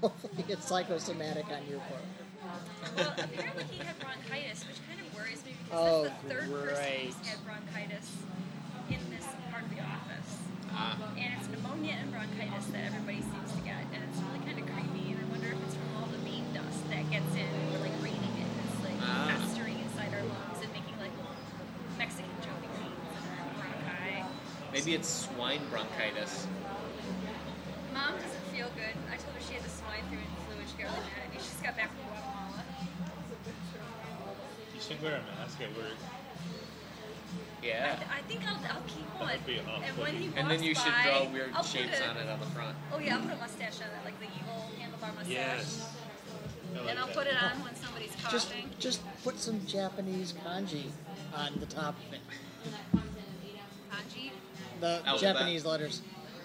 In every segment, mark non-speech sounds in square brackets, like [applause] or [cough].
probably [laughs] it's psychosomatic on your part. Well, apparently he had bronchitis, which kind of worries me because Oh, that's the third person great. who's had bronchitis in this part of the office. Ah, And it's pneumonia and bronchitis that everybody seems to get, and it's really kind of creepy. And I wonder if it's from all the bean dust that gets in, we're like breathing it, and it's like Ah. festering inside our lungs and making like little Mexican jumping beans and our bronchi. maybe it's swine bronchitis. Mom doesn't feel good. I told her she had the swine flu and flu, and she got really mad at me. She just got back from Guatemala. You should wear a mask at work. I, Yeah. th- I think I'll, I'll keep one. would be awful. and when he And then walks you should by, draw weird I'll put shapes a- on it on the front. Oh yeah, I'll put a mustache on it, like the evil handlebar mustache. Yes. I like And I'll that. put it on when somebody's Just coughing. just put some Japanese kanji on the top of it. Kanji. The Alphabet. Japanese letters.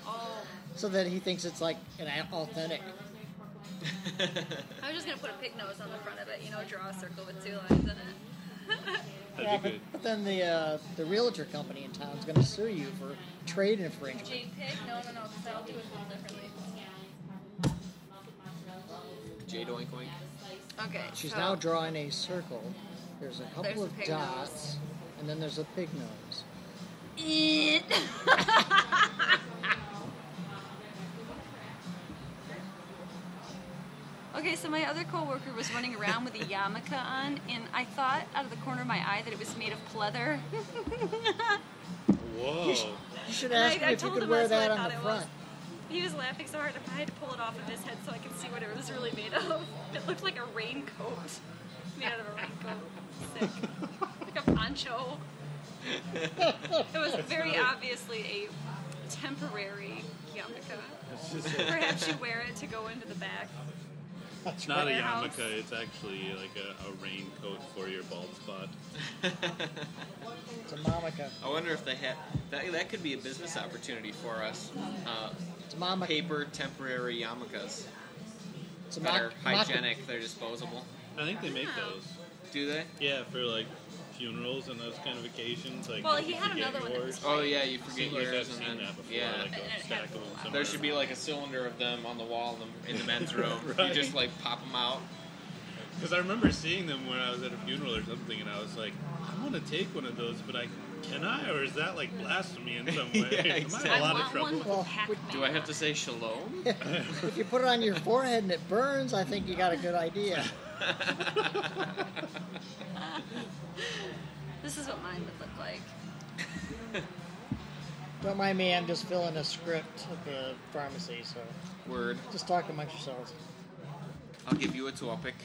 Oh, So that he thinks it's like an a- authentic. I was just gonna put a pig nose on the front of it. You know, draw a circle with two lines in it. [laughs] yeah, That'd be but, good. but then the uh, the realtor company in town is going to sue you for trade infringement. Jade pig? No, no, no. Because I'll do it a little differently. Jade oink oink. Okay. She's so- now drawing a circle. There's a couple Oh. There's a of pig dots, and then there's a pig nose. Eat. [laughs] okay, so my other coworker was running around with a yarmulke on, and I thought out of the corner of my eye that it was made of leather. You should, Whoa. you should And ask I- him if I you told could him wear that's what that I on the thought it front. He was laughing so hard, I had to pull it off of his head so I could see what it was really made of. It looked like a raincoat. Made out of a raincoat. Sick. like a poncho. It was very obviously a temporary yarmulke. It's just a- Perhaps you wear it to go into the back. it's not a Warehouse. yarmulke. It's actually like a, a raincoat for your bald spot. It's a mamica. [laughs] I wonder if they have that. That could be a business opportunity for us. Uh, It's a mamica. paper temporary yarmulkes It's a that are mock- mock- hygienic. They're disposable. I think they make Wow. those. Do they? Yeah, for like funerals and those kind of occasions. Like Well, if he you had forget another one that yours. was- Oh yeah, you It forget seems like I've yours seen and then that before. yeah. Like And a it stack had of them more. somewhere. There should be like a cylinder of them on the wall in the, in the [laughs] men's room. Right. You just like pop them out. Because I remember seeing them when I was at a funeral or something, and I was like, I want to take one of those, but I can I, or is that like blasphemy in [laughs] some way? Yeah, Am I exactly. in a lot I of want trouble? one with Well, a pac Do I have to say shalom? if you put it on your forehead and it burns, I think you got a good idea. This is what mine would look like. Don't mind me, I'm just filling a script at the pharmacy, so Word. just talk amongst yourselves. I'll give you a topic.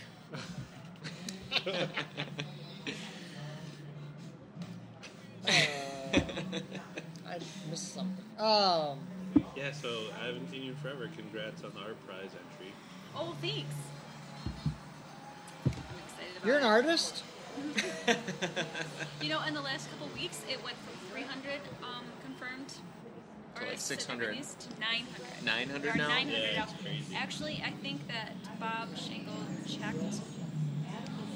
Uh, [laughs] I missed something. Um, Yeah, so I haven't seen you in forever. Congrats on the art prize entry. Oh, thanks. I'm excited about you're an it. artist? You know, in the last couple weeks, it went from 300 um, confirmed To, like, artists and 600. companies to 900. 900 There are now? 900 Yeah, out. it's crazy. Actually, I think that Bob Shingle checked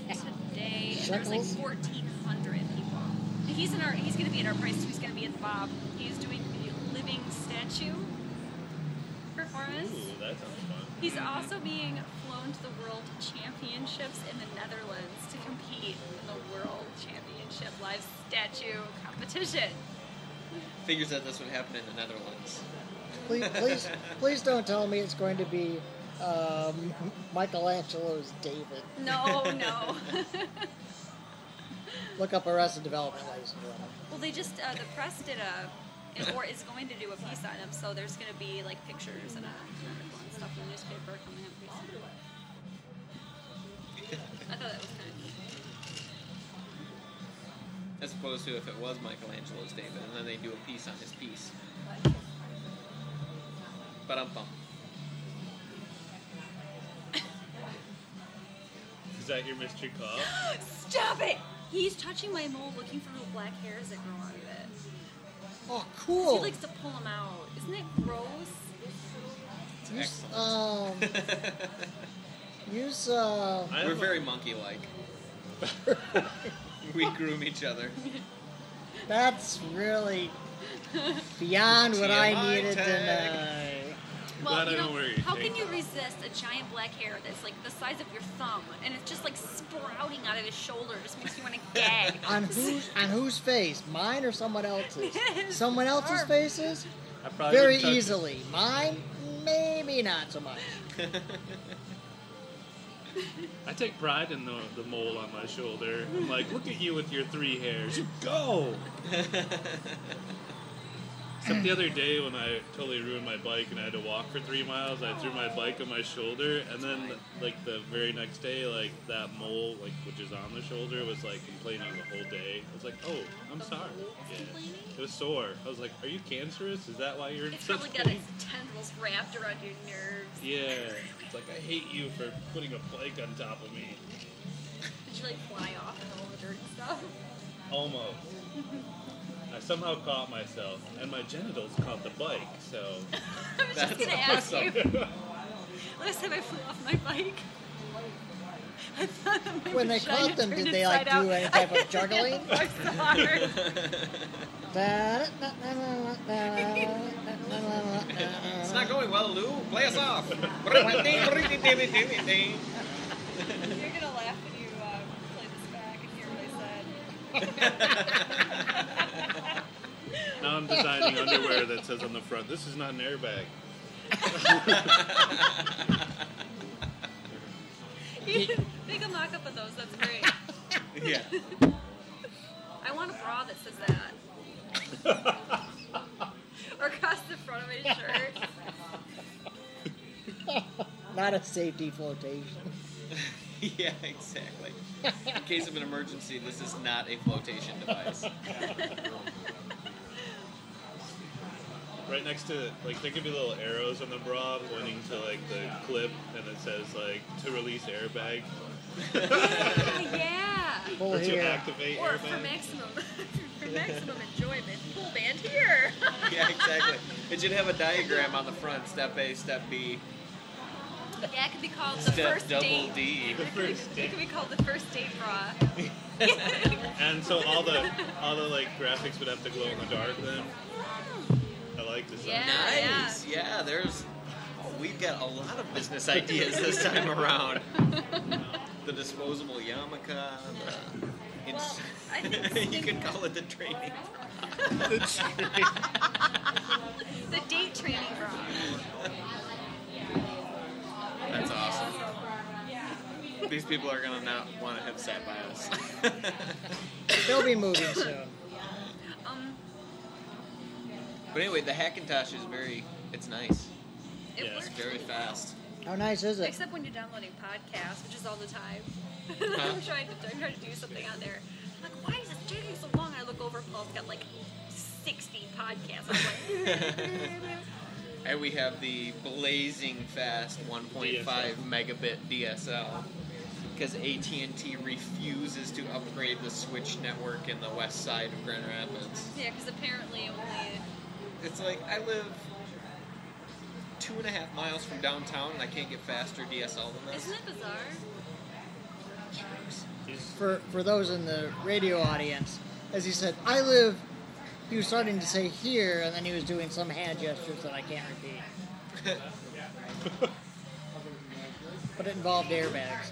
today, and there's like Shekels? 1,400 people. And he's in our. He's going to be at our price. too. He's going to be at the Bob. He's doing the living statue Ooh, performance. that sounds fun. He's also being flown to the World Championships in the Netherlands to compete in the World Championship live statue competition. Figures that this would happen in the Netherlands. Please, please, please don't tell me it's going to be um, Michelangelo's David. No, no. Look up Arrested Development, ladies and gentlemen. well, they just uh, the press did a or is going to do a piece on him, so there's going to be like pictures and, uh, and article and stuff in the newspaper coming up. [gasps] I thought that was kind of neat. As opposed to if it was Michelangelo's David, and then they do a piece on his piece. But I'm bummed. Is that your mystery call? Stop it! He's touching my mole, looking for little black hairs that grow out of it. Oh, He cool. likes to pull them out. Isn't it gross? It's Use, excellent. um, [laughs] use uh, I We're have a- very monkey-like. [laughs] [laughs] we groom each other. that's really beyond what I TMI needed tag. tonight. Well, glad I you know know, where you're how can taking you resist a giant black hair that's like the size of your thumb and it's just like sprouting out of his shoulder? It just makes you want to [laughs] gag. On whose on whose face? Mine or someone else's? Someone else's Sure. faces? I probably Very would touch it. easily. Mine, maybe not so much. [laughs] I take pride in the, the mole on my shoulder. I'm like, look at you with your three hairs. You go! Except the other day when I totally ruined my bike and I had to walk for three miles, I threw my bike on my shoulder, and then like the very next day, like that mole, like which is on the shoulder, was like complaining the whole day. I was like, oh, I'm The sorry. mole was complaining? It was sore. I was like, are you cancerous? Is that why you're in It's such probably got pain? its tendrils wrapped around your nerves. Yeah. It's like I hate you for putting a bike on top of me. Did you like fly off and all the dirt and stuff? [laughs] Almost. I somehow caught myself, and my genitals caught the bike, so. [laughs] I was That's just gonna ask awesome. you. Last time I flew off my bike. I thought that my When they vagina caught them, did turned they, like, inside do out. any type of [laughs] I hit the juggling? handlebars so hard. It's It's not going well, Lou. Play [laughs] us off. You're gonna laugh when you uh, play this back and hear what I said. Now I'm designing underwear that says on the front, this is not an airbag. You can [laughs] Make a mock up of those, that's great. yeah. I want a bra that says that. [laughs] or across the front of my shirt. Not a safety flotation. Yeah, exactly. In case of an emergency, this is not a flotation device. Right next to, like, there could be little arrows on the bra pointing to, like, the clip, and it says, like, to release airbag, [laughs] yeah, Pull or to here. activate yeah. Or for airbag. maximum [laughs] for maximum enjoyment, pull band here. Yeah, exactly. It should have a diagram on the front step A, step B, [laughs] Yeah, it could be called the step first double date. D. It could, First it could be called the first date bra. And so all the, all the, like, graphics would have to glow in the dark then. I like this. Yeah. Nice. Yeah, there's. Oh, we've got a lot of business ideas this time [laughs] around. The disposable yarmulke. The Well, I think- [laughs] you could call it the training. The date training bra. That's awesome. These people are gonna not want to have sat by us. [laughs] They'll be moving soon. Um, but anyway, the Hackintosh is very. It's nice. it Yeah, it's works. It's very really fast. How nice is it? Except when you're downloading podcasts, which is all the time. Huh? [laughs] I'm trying to I'm trying to do something on there. I'm like, why is this taking so long? I look over, Paul's got like 60 podcasts. I'm like, And we have the blazing fast 1.5 DSL. megabit DSL because AT&T refuses to upgrade the Switch network in the west side of Grand Rapids. yeah, because apparently only. It's like I live two and a half miles from downtown and I can't get faster DSL than this. Isn't it bizarre? It's- For for those in the radio audience, as he said, I live. He was starting to say here, and then he was doing some hand gestures that I can't repeat. but it involved airbags.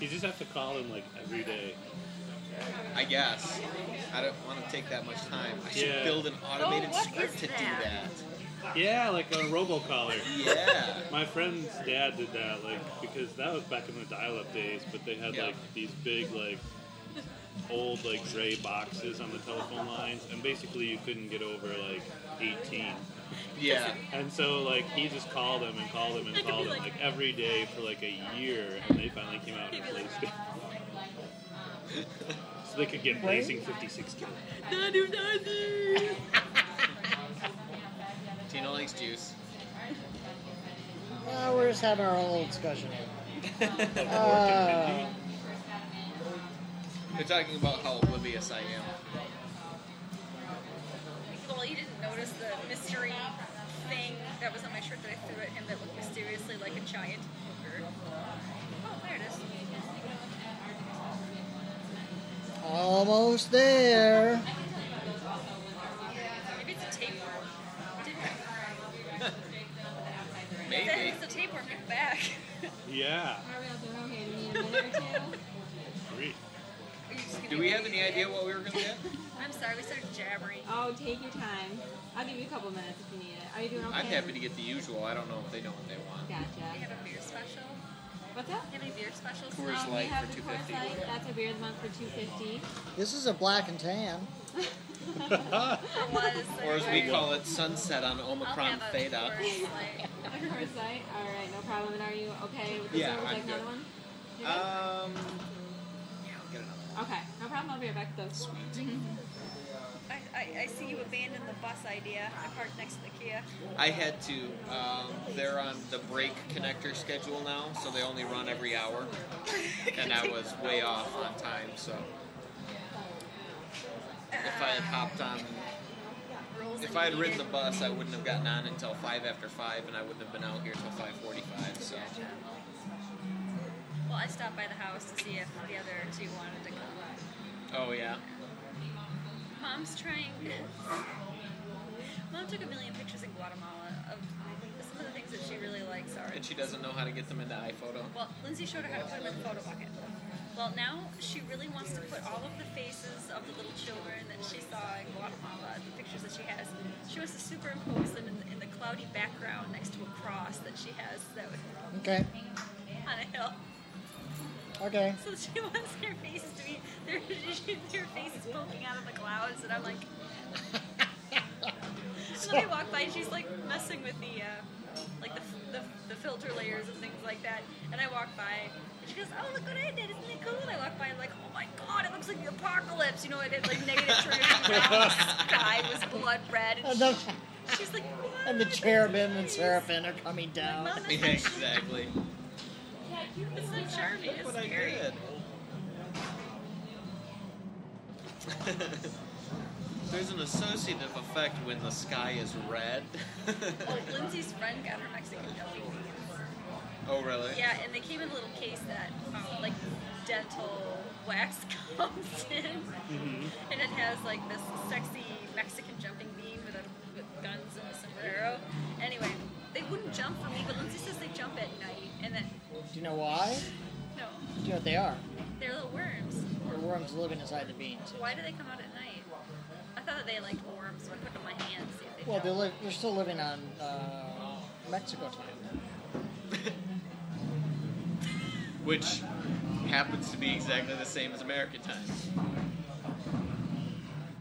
You just have to call him, like, every day. I guess. I don't want to take that much time. I should Yeah. build an automated Oh, what script is to that? Yeah, like on a robocaller. do that. Yeah. My friend's dad did that, like, because that was back in the dial-up days, but they had Yeah. like these big, like, old, like, gray boxes on the telephone lines, and basically you couldn't get over like 18. Yeah. And so, like, he just called them and called them and That could called be them, like- like, every day for like a year, and they finally came out and Maybe like- replaced [laughs] it. So they could get blazing 56 kids. No, do nothing. Tina likes juice. Uh, we're just having our old discussion. here. Like, Uh, They're talking about how oblivious I am. Well, he didn't notice the mystery thing that was on my shirt that I threw at him that looked mysteriously like a giant booger. Oh, there it is. almost there. Maybe it's a tapeworm. That Maybe. is the tapeworm in the back. [laughs] Yeah. Are we all done? Okay, do we need a minute or two? Great. Are you just gonna Do be we have waiting any there? idea what we were going to get? I'm sorry, we started jabbering. Oh, take your time. I'll give you a couple minutes if you need it. Are you doing okay? I'm happy to get the usual. I don't know if they know what they want. We Gotcha. have a beer special. What's up? Do you have any beer specials? Coors Um, we Light have for the Coors $2.50. Light. That's a beer of the month for two [laughs] fifty. This is a black and tan. There was. Or as we there call it, sunset on was. I'll Omicron have a Theta. Coors Light. A Coors Light. All right, no problem. And are you okay with this Yeah, one? Would you I'm like another good. one? You're good? Um, yeah, I'll get another one. okay, no problem. I'll be right back with those. Mm-hmm. I, I, I see you abandoned the bus idea. I parked next to the Kia. I had to. Um, they're on the break connector schedule now, so they only run every hour. And I was way off on time, so if I had hopped on, Rules if and I had ridden needed. the bus, I wouldn't have gotten on until five after five, and I wouldn't have been out here till five forty-five. So Gotcha. Well, I stopped by the house to see if the other two wanted to come. oh yeah, Mom's trying. Mom took a million pictures in Guatemala of some of the things that she really likes are. and she doesn't know how to get them into iPhoto. Well, Lindsay showed her how to put them in the photo bucket. Well, now she really wants to put all of the faces of the little children that she saw in Guatemala, the pictures that she has. She wants to superimpose them in, in the cloudy background next to a cross that she has that was Okay. on a hill. Okay. [laughs] So she wants their faces to be [laughs] their, their faces poking out of the clouds, and I'm like. [laughs] and then I walk by, and she's like messing with the, uh, like the, f- the, the filter layers and things like that. And I walk by, and she goes, "Oh, look what I did! Isn't it cool?" And I walk by, and like, "Oh my God, it looks like the apocalypse!" You know, I did like negative turns around. The sky was blood red, and And the, she's like, what? and the cherubim and seraphim are coming down. Mom, Yeah, that's [laughs] exactly. not- that's not charming. Look It's what I scary. did. [laughs] There's an associative effect when the sky is red. [laughs] Oh, Lindsay's friend got her Mexican jelly. oh, really? Yeah, and they came in a little case that um, like dental wax [laughs] comes in, and it has like this sexy Mexican jumping bean with, a, with guns and a sombrero. Anyway, they wouldn't jump for me, but Lindsay says they jump at night, and then Do you know why? no, Do you know what they are? they're little worms. They're worms living inside the beans. Why do they come out at night? I thought they liked worms, so I put them on my hands. See if they Well, jump. they're, li- they're still living on uh, Mexico time. Which happens to be exactly the same as American time.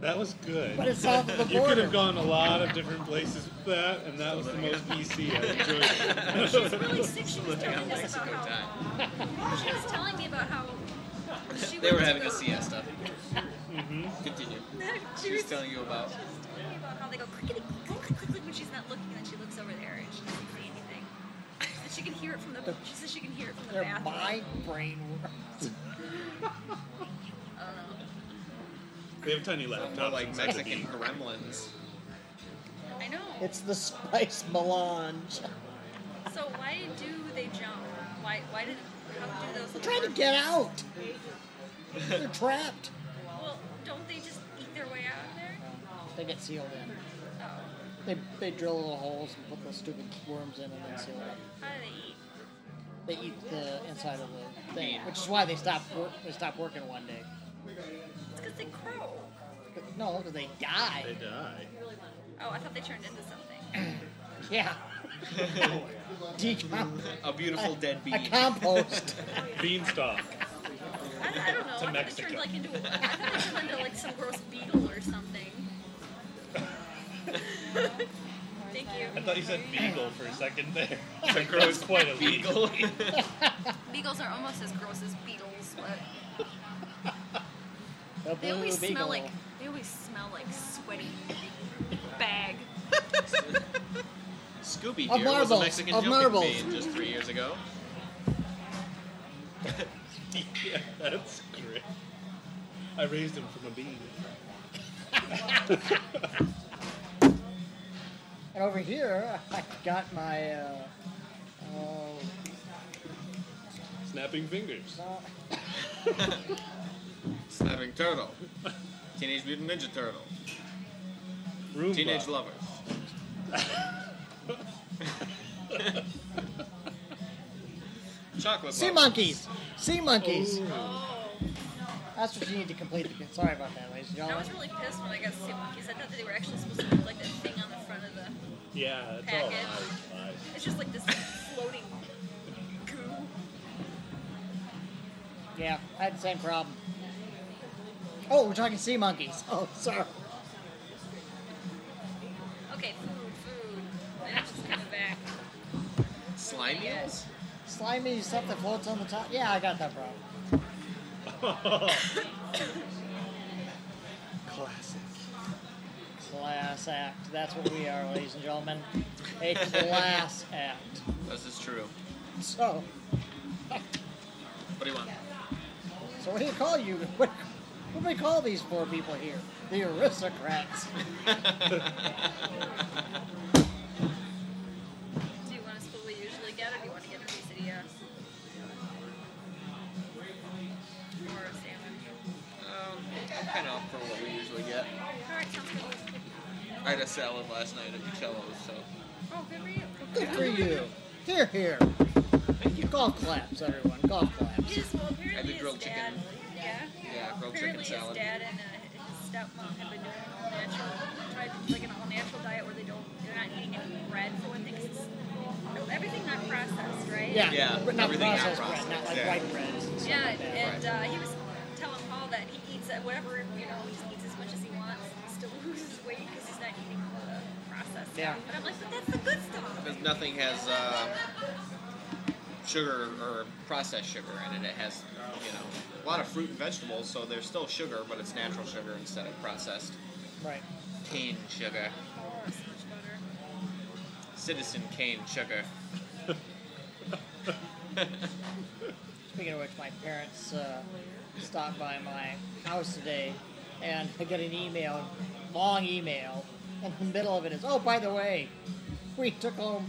That was good. But it's south of the [laughs] You could border. have gone a lot of different places with that, and that was the most PC I enjoyed. She's it. [laughs] really sick. She was Living on telling us about Mexico how [laughs] she was telling me about [laughs] how she They went were to having go- a siesta. Continue. [laughs] She Mm-hmm. She was was telling you about. talking about how they go clickety click click click click when she's not looking, and then she looks over there and she doesn't see anything. And she can hear it from the. She says she can hear it from the They're bathroom. my brain worms. I don't know. They have tiny More laptops. like inside the Mexican bean. gremlins. I know. It's the spice melange. So why do they jump? Why why did how do those? They're little trying to birds- get out. They're trapped. Well, don't they just eat their way out of there? They get sealed in. Oh, They, they drill little holes and put those stupid worms in and then seal it. how do they eat? They eat the inside of the thing, which is why they stop work, they stop working one day. It's because they crow. But no, because they They die. die. Oh, I thought they turned into something. Yeah. [laughs] Decom- A beautiful dead a bee. [laughs] compost. Beanstalk. I, I don't know. I [laughs] To thought they turned Mexico. like into. I thought they turned into like some gross beetle or [laughs] something. Thank you. I thought you said beagle for a second [laughs] there. That grows quite a [laughs] leap. Beagle. Beagles are almost as gross as beetles, but A they always blue smell beagle. like they always smell like sweaty bag. Scooby Of here was a marbles, Mexican of jumping marbles. bean just three years ago. Yeah, that's great. I raised him from a bean. And over here, [laughs] I got my. Uh, oh, Snapping fingers. no, Snapping Turtle. Teenage Mutant Ninja Turtle. Roomba. [laughs] Teenage Lovers. Chocolate sea bars. monkeys. Sea monkeys. Oh. That's what you need to complete the. Sorry about that, ladies and I gentlemen. was really pissed when I got sea monkeys. I thought that they were actually supposed to put like that thing on the front of the. Yeah, it's all Package. lies, lies. It's just like this floating goo. Yeah, I had the same problem. Oh, we're talking sea monkeys. Oh, sorry. Okay, food, food. And I'm just coming back. Slime eels? Slimy stuff that floats on the top. Yeah, I got that problem. Classic. Class act. That's what we are, ladies and gentlemen. A class act. This is true. So, What do you want? so what do you call you? [laughs] What, what do we call these four people here? The aristocrats. Do you want us to we usually get, or do you want to get a quesadillas? Or a salmon? [laughs] Um, I'm kind of off for what we usually get. All right, sounds good. I had a salad last night at Cello's, so Oh, good for you. Good for you. Here, here. thank you. Golf claps, everyone. Golf claps. His, well, apparently And the his grilled dad, chicken. Yeah. Yeah, grilled apparently chicken salad. his dad and uh, his stepmom have been doing an all natural, tried like an all natural diet where they don't, they're not eating any bread for one thing. 'cause it's- everything not processed, right? Yeah, Yeah, but not everything is processed processed, bread, not like yeah. white breads. And stuff Yeah, like that. and uh, he was telling Paul that he eats at whatever, you know, he just eats as much as he wants. He still [laughs] loses weight because he's not eating all the processed Yeah. stuff. But I'm like, but that's the good stuff. Because nothing has uh, sugar or processed sugar in it. It has, you know, a lot of fruit and vegetables, so there's still sugar, but it's natural sugar instead of processed Right. cane sugar. Oh, so much butter. Citizen cane sugar. Speaking of which, my parents uh, stopped by my house today, and I got an email, long email, and the middle of it is, oh, by the way, we took home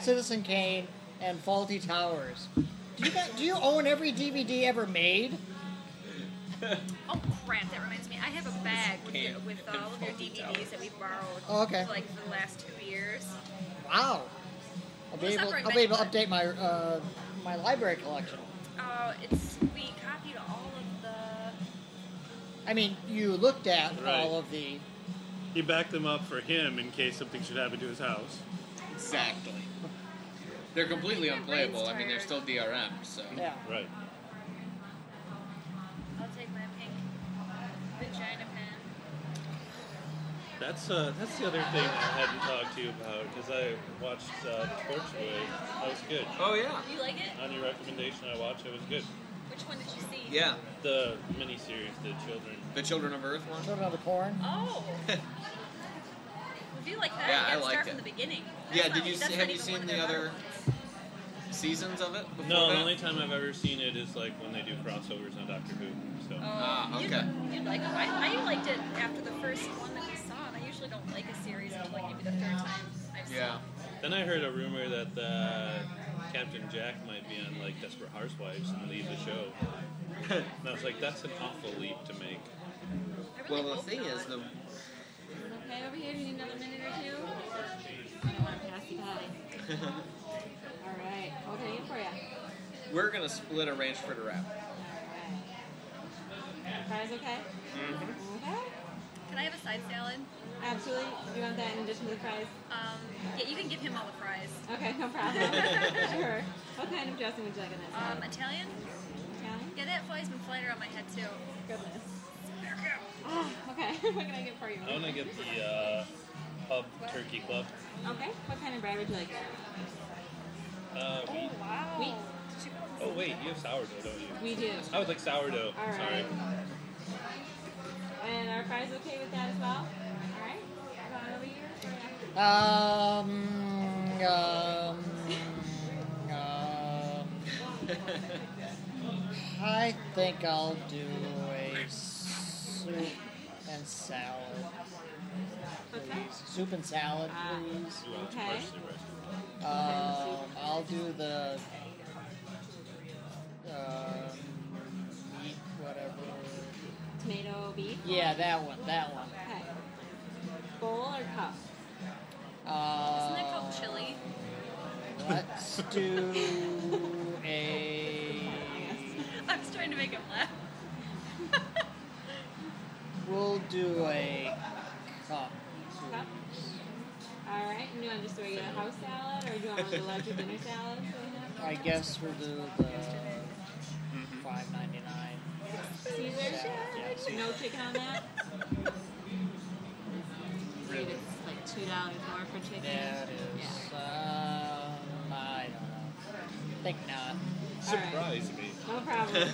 Citizen Kane and Faulty Towers. Do you, got, do you own every DVD ever made? Oh crap! That reminds me. I have a bag with, Can't the, with and all of your faulty DVDs that we borrowed. Oh, okay. For like for the last two years. Wow. I'll be Well, it's not able, very I'll be able to many, update my, uh, my library collection. Uh, it's we copied all of the. I mean, you looked at Right. all of the. He backed them up for him in case something should happen to his house. Exactly. They're completely unplayable. I mean, they're still DRM, so. Yeah. Right. I'll take my pink vagina pen. That's uh, that's the other thing I hadn't talked to you about is I watched uh, Torchwood. That was good. Oh, yeah. You like it? On your recommendation, I watched. It was good. Which one did you see? Yeah. The miniseries, the children. The Children of Earth one? Children of the Corn. [laughs] Oh. if you like that, Yeah, you I gotta liked start it. from the beginning. Yeah, That's did not- you that's see- not have you even seen one of the their other- better Seasons of it? Before No, the that? only time I've ever seen it is like when they do crossovers on Doctor Who. ones. So Oh, Ah, you'd- okay. You'd like them. I, I liked it after the first one that we saw, and I usually don't like a series until like maybe the third time I've Yeah. [laughs] then I heard a rumor that uh, Captain Jack might be on like Desperate Housewives and leave the show. and I was like, that's an awful leap to make. seen. I really Well, the hope thing not. is, the [laughs] Okay, over here. Do you need another minute or two? You want to pass the pie? All right. What can I get for you? we're gonna split a ranch for the wrap. Fries okay? Mm-hmm. Okay. Can I have a side salad? Absolutely. You want that in addition to the fries? Um, yeah, you can give him all the fries. Okay, no problem. sure. What kind of dressing would you like on that? Um, salad? Italian? Italian? Yeah, that fly's been flying around my head too. [laughs] Goodness. Oh, okay. [laughs] what can I get for you? I want to get the uh, Pub Turkey Club. Okay. What kind of bread would you like? Uh, wheat. wow. Wheat. Oh wait, you have sourdough, don't you? We do. I would like sourdough. All right. Sorry. And are fries okay with that as well? All right. Come on over here. Sure. Um, um, um, I think I'll do a soup and salad. What's please. that? Soup and salad, Ah. please. You want to Okay. parsley rice. Um, I'll do the um, meat, whatever. Tomato beef. Yeah, that one. That one. Okay. Bowl or cup? Uh, Um, Isn't that called chili? Let's do a make him laugh. We'll do a cup. Cup? All right. And you want just do a house salad, or do you want one of the larger dinner [laughs] salads? that I guess we'll do the five ninety nine. we have? Caesar Yeah, salad. No chicken on that. Dude, it's like two dollars more for chicken. That is, um, I don't know. Think not. Surprise me. Yeah. No [laughs] problem. All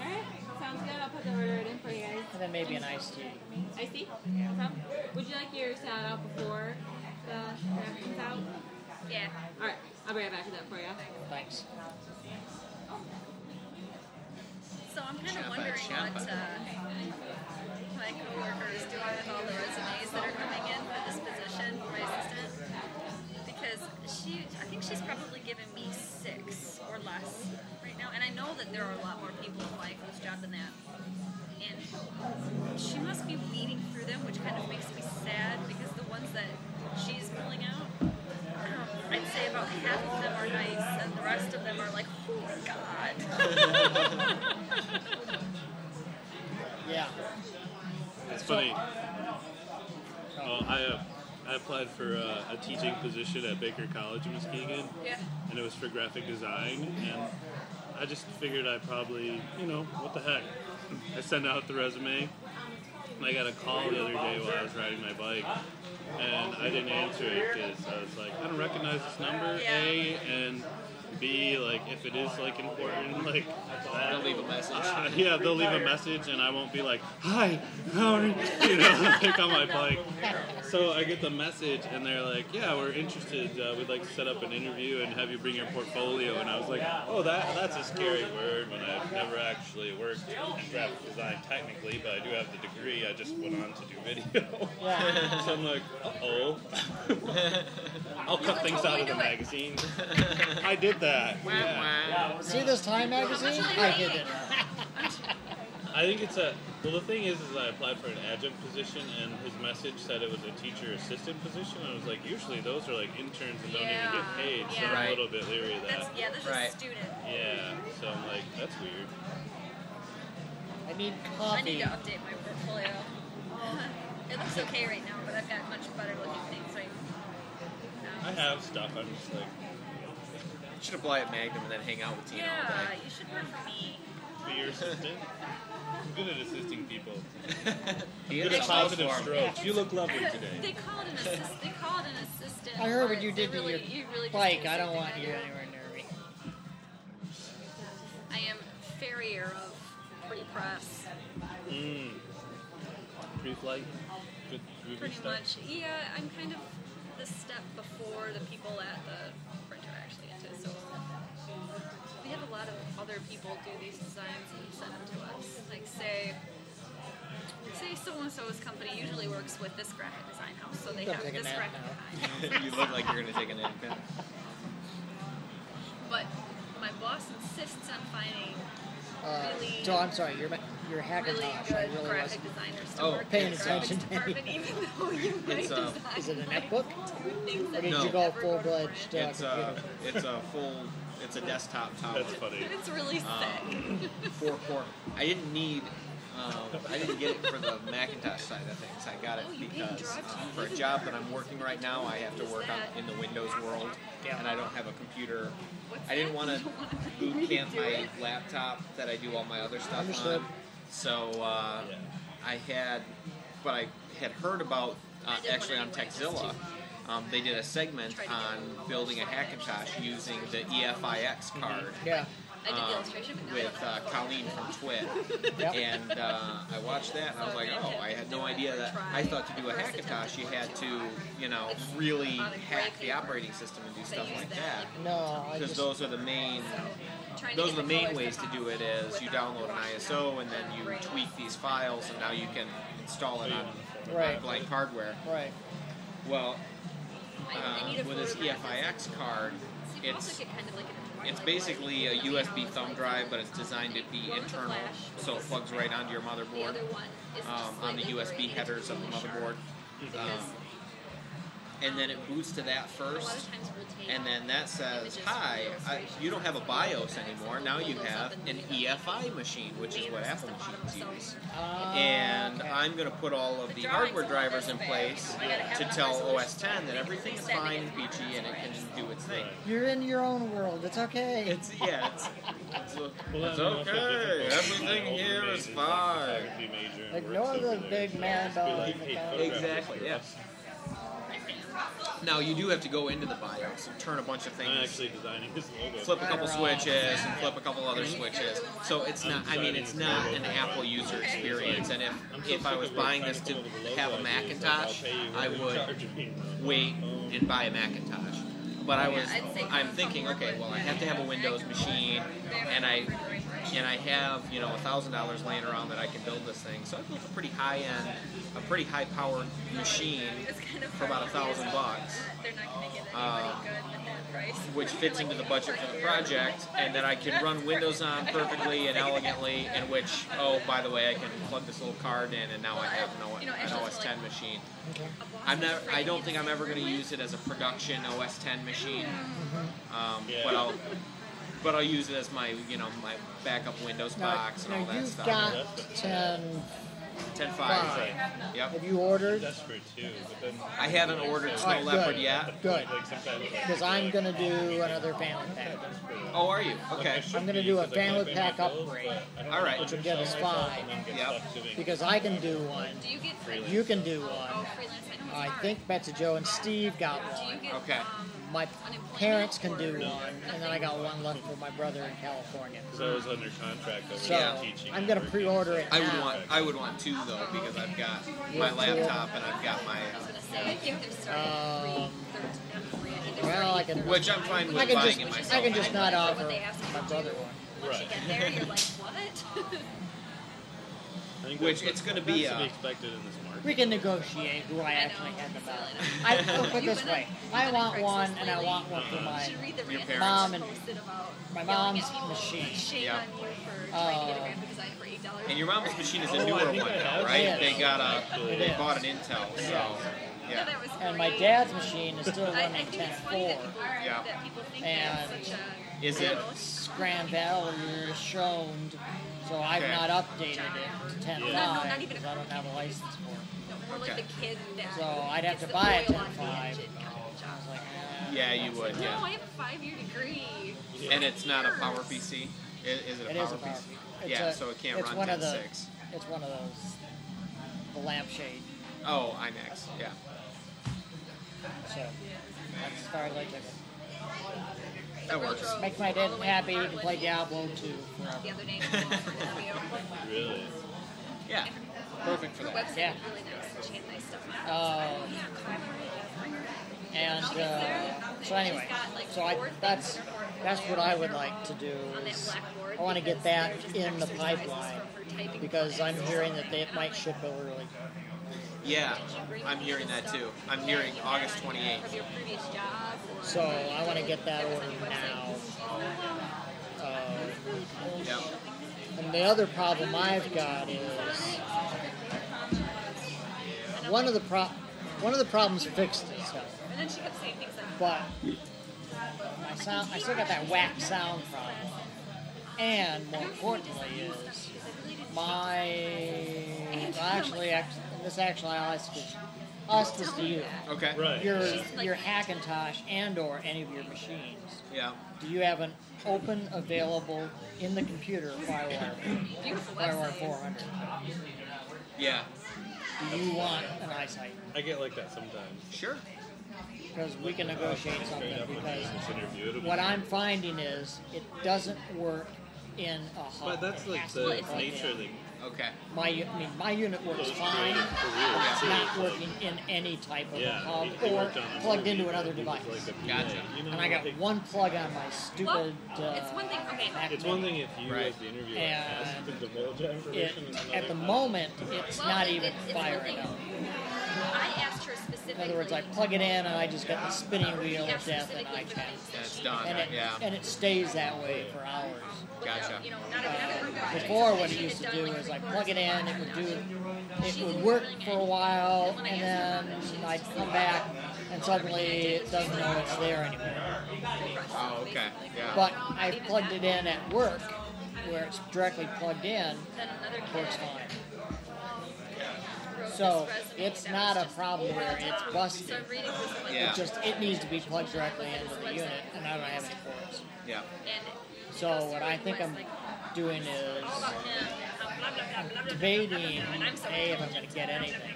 right. Sounds good. I'll put the order in for you guys. And then maybe an iced tea. I see. No problem. Would you like your salad out before the napkins out? Yeah. All right. I'll bring it back to that for you. Thanks. So I'm kind of Champa, wondering champa. what uh, my coworker is doing with all the resumes that are coming in for this position for my assistant, because she, I think she's probably given me six or less right now, and I know that there are a lot more people applying for this job than that, and she must be weeding through them, which kind of makes me sad because the ones that she's pulling out. um, I'd say about half of them are nice, and the rest of them are like, oh god. [laughs] Yeah. It's funny. Oh, I uh, I applied for uh, a teaching position at Baker College in Muskegon, Yeah. and it was for graphic design. And I just figured I probably, you know, what the heck. I sent out the resume. And I got a call the other day while I was riding my bike, and I didn't answer it because I was like, I don't recognize this number. A and B, like if it is like important, [laughs] like that, They'll leave a message. uh, [laughs] yeah, they'll leave a message, and I won't be like, "Hi, how are you?" [laughs] You know, like on my bike. So I get the message, and they're like, "Yeah, we're interested. Uh, we'd like to set up an interview and have you bring your portfolio." And I was like, "Oh, that that's a scary word when I've never actually worked in graphic design technically, but I do have the degree. I just went on to do video." Yeah. so I'm like, "Uh oh, [laughs] I'll cut things out of the magazine." I did that. Yeah. See this Time magazine? I did [laughs] it. I think it's a well. The thing is, is I applied for an adjunct position, and his message said it was a teacher assistant position. I was like, usually those are like interns and don't Yeah, even get paid, so yeah. I'm a Right. little bit leery of That's that. yeah. This Right. is student. Yeah, so I'm like, that's weird. I need I need coffee. to update my portfolio. It looks okay right now, but I've got much better looking things um, right I now. have stuff. I'm just like, Should apply at Magnum and then hang out with Tina Yeah, [laughs] you should run for me. be your assistant. I'm good at assisting people. all day. Good at It's all positive for 'em. strokes. You look [laughs] lovely They today. call it an assist. They call it an assistant. I heard but what you they did to really, your you really just bike. did I don't something want you did. anywhere near me. I am farrier of free press, Mm. Pre-flight. Good movie pretty stuff. much. Yeah, I'm kind of the step before the people at the printer actually get to. So we have a lot of other people do these designs and send them to us. Like say, say so and so's company usually works with this graphic design house, so they Don't have take a this nap graphic now. design. [laughs] you look like you're gonna take an nap. But my boss insists on finding Uh, Really- so I'm sorry. You're my, you're hacking really uh, I good really graphic wasn't. designers to Oh, work paying in the graphics attention. um, department, even though you might It's, uh, design Is it a like, netbook? weird things that Or did No. you go never full to fledged print. uh, It's a computer? it's a full it's a desktop tower. That's [laughs] funny. It's really Um, sick. Four core. I didn't need. Um, I didn't get it for the Macintosh side of things. I got it Oh, you paid because drive um, time. for a job that I'm working right now, I have to work on in the Windows world, Yeah. and I don't have a computer. What's I didn't that? want You to [laughs] don't wanna boot camp redo my it? laptop that I do all my other stuff Understood. on. So uh, Yeah. I had, but I had heard about uh, I did one actually on anyway, just to- Techzilla. Um, they did a segment Try to get on building a Hackintosh using the E EFIX card yeah. I did um, the illustration, but now with I uh, don't. Colleen from Twit, Yep. and uh, I watched that and I was like, oh, I had no idea that. I thought to do a Hackintosh, you had to, you know, really hack the operating system and do stuff like that. No, I Because just those are the main, Trying to those get are the main colors ways to come do off it. Is you without download an washing ISO out and then you the Mm. tweak these files, and now you can install it on Right. on blank hardware. right. Well, I- I uh, need a with this photograph that's- EFIX card, So you also it's get kind of like an- it's like, basically a like, USB like, thumb drive, but it's designed to One be with a internal, flash, so it plugs right onto your The motherboard other one is just um, on the um, slightly blurry, USB and it's headers of the really sharp. motherboard. Um, Because and then it boots to that A lot first, of times we'll take and then that says, "Hi, I, you don't have a BIOS anymore. Now you have an EFI machine, which is what Apple machines use." And Okay. I'm going to put all of the hardware drivers in place to tell OS 10 that everything is fine and peachy and it can do its thing. You're in your own world. It's okay. It's yeah, it's, it's, it's I don't know if that okay. difference is Everything all here related, is like, fine. faculty major and Ignore works the over there, big so man just be dog like, in the "Hey, back." photograph this Exactly. for Yeah. us." Now you do have to go into the BIOS and turn a bunch of I'm things actually designing his logo. flip a couple Better off. switches and flip a couple other switches. So it's not. I mean, it's not an Apple user experience. And if I'm so if I sick was of, like, buying trying this to come up with logo have a ideas, like, I'll Macintosh, pay you I whatever you would charge me. wait and buy a Macintosh. But I was, I'd say I'm thinking, okay, well, I have to have a Windows machine, and I, and I have, you know, a thousand dollars laying around that I can build this thing. So I built a pretty high end, a pretty high powered machine It's kind of for about a hard to thousand use. bucks, They're not going to get anybody Uh, good at that price. which fits into the budget for the project, and that I can run Windows on perfectly and elegantly, and which, oh, by the way, I can plug this little card in, and now I have no, an OS 10 machine. I'm not. I don't think I'm ever going to use it as a production OS 10 machine. Um, Yeah. But I'll, but I'll use it as my, you know, my backup Windows now, box and all now that you've stuff. got ten. 10.5. five. Yep. Have you ordered? Desperate too, but then I haven't ordered Snow Alright, good. Leopard yet. Good, like sometimes. because I'm gonna do another family pack. Oh, are you? Okay. I'm gonna do a family pack upgrade, All right. which will get us five. Yep. Because I can do one, Do you get freelance? you can do Oh, one. freelance. I know it's I hard. think Betsy Joe and Steve got Do you one. get Okay. um, My parents can do one, and then I got one left for my brother in California. Because I was under contract over So there Yeah. teaching. I'm and gonna working, pre-order so- it I would now. want. I would want two though because I've got Yeah, my two. laptop and I've got my. Uh, I think they're starting Um, free. They're not free. I think they're Well, I starting can. which I'm fine with I can buying just. it myself. I can just anyway. not Like offer what they ask you my to brother do. one. Once you Right. get there, you're like, what? [laughs] I think Which that's what- it's gonna that's be to a- be expected in this market. uh, We can negotiate who I actually know, hand them out. it's I I'll put it You this went way: on- you I went on want one, Craigslist and I lately. want one for You my. should read the Your random parents. post Mom and- posted about my yelling mom's at people. machine. Shame Yeah. on you for trying to get a graphic design for eight dollars. And your [laughs] mom's machine is a Oh, newer I one think I now, have right? it. They got a. Actually, They Yes. bought an Intel, so Yes. Yeah, yeah. that was And my great. dad's machine is still I, I running think it's funny that 10.4. people, Yeah. that people think And- that's such a Is it? Scram Valley is shown, so I've Okay. not updated it to 10.9 Yeah. No, no, not even because I don't have a license for it. No, more Okay. like the kid that. So I'd have gets to the buy a oil on the 10.5. engine kind of I job. was like, Yeah, you would. No, I Yeah. have a five-year degree. And it's not a Power PC. I- Is it a it Power is a power. PC? It's Yeah, a- so it can't it's run one of the- 10.6. It's one of those, the lampshade. Oh, IMAX. Yeah. So that's as far as I took it. That works. Makes my dad happy. He can play Diablo 2 [laughs] The forever. other day, I called for an interview. Really? Yeah. Perfect for Her that. website Yeah. is really nice, and she had nice stuff. on it. Um, Yeah, call her. And uh, so anyway, so I that's that's what I would like to do. on that Is blackboard I want to get because that they're just in the exercises pipeline for typing because I'm comments. hearing that they might ship it early. Yeah. I'm hearing that too. I'm hearing August 28th. From your previous job or So I want to get that was order on your website. now. Uh, Yeah. and the other problem I've got is one of the pro- one of the problems fixed itself. And then she kept saying things like, but my sound, I still got that whack sound problem. And more importantly, is my well, actually, act- this actually I ask this, ask this to you. Okay. Right. Your your Hackintosh and or any of your machines. Yeah. Do you have an open, available in the computer FireWire beautiful FireWire website. 400? Yeah. Do you want an eyesight? I get like that sometimes. Sure. Because we can negotiate something. Because This interview, it'll be- what I'm finding is it doesn't work in a hub. But that's It like has to the be plugged nature in. of the Okay. My, u- I mean, my unit works fine. career, It's too. not working in any type of a Yeah, hub he- he Um, or worked on a plugged movie, into but another he was device. like a PA, Gotcha. you know, And I got like- one plug on my Well, stupid. Uh, it's one thing. Okay, Mac It's one Mini. thing if you, Right. as the interviewer, And ask them to mold your It, information. and at the another- moment, it's Well, not it- even it's- it's firing nothing. up. I asked her In specifically. other words, I plug it in and I just get the spinning wheel of death and I tap. That's done. And it, Yeah. and it stays that way for hours. Gotcha. You know, not a, not a group project. Before, what it used to do is I plug it in, it would do, it would work for a while, and then I'd come back and suddenly it doesn't know it's there anymore. Oh, okay. Yeah. But I plugged it in at work, where it's directly plugged in, Then another kid works fine. wrote So this resume it's that not was a just- problem where it's So busted. I'm reading this one, It Yeah. just it needs to be plugged directly into the unit, and I don't have any ports. Yeah. and So what I think I'm doing is I'm debating a if I'm going to get anything,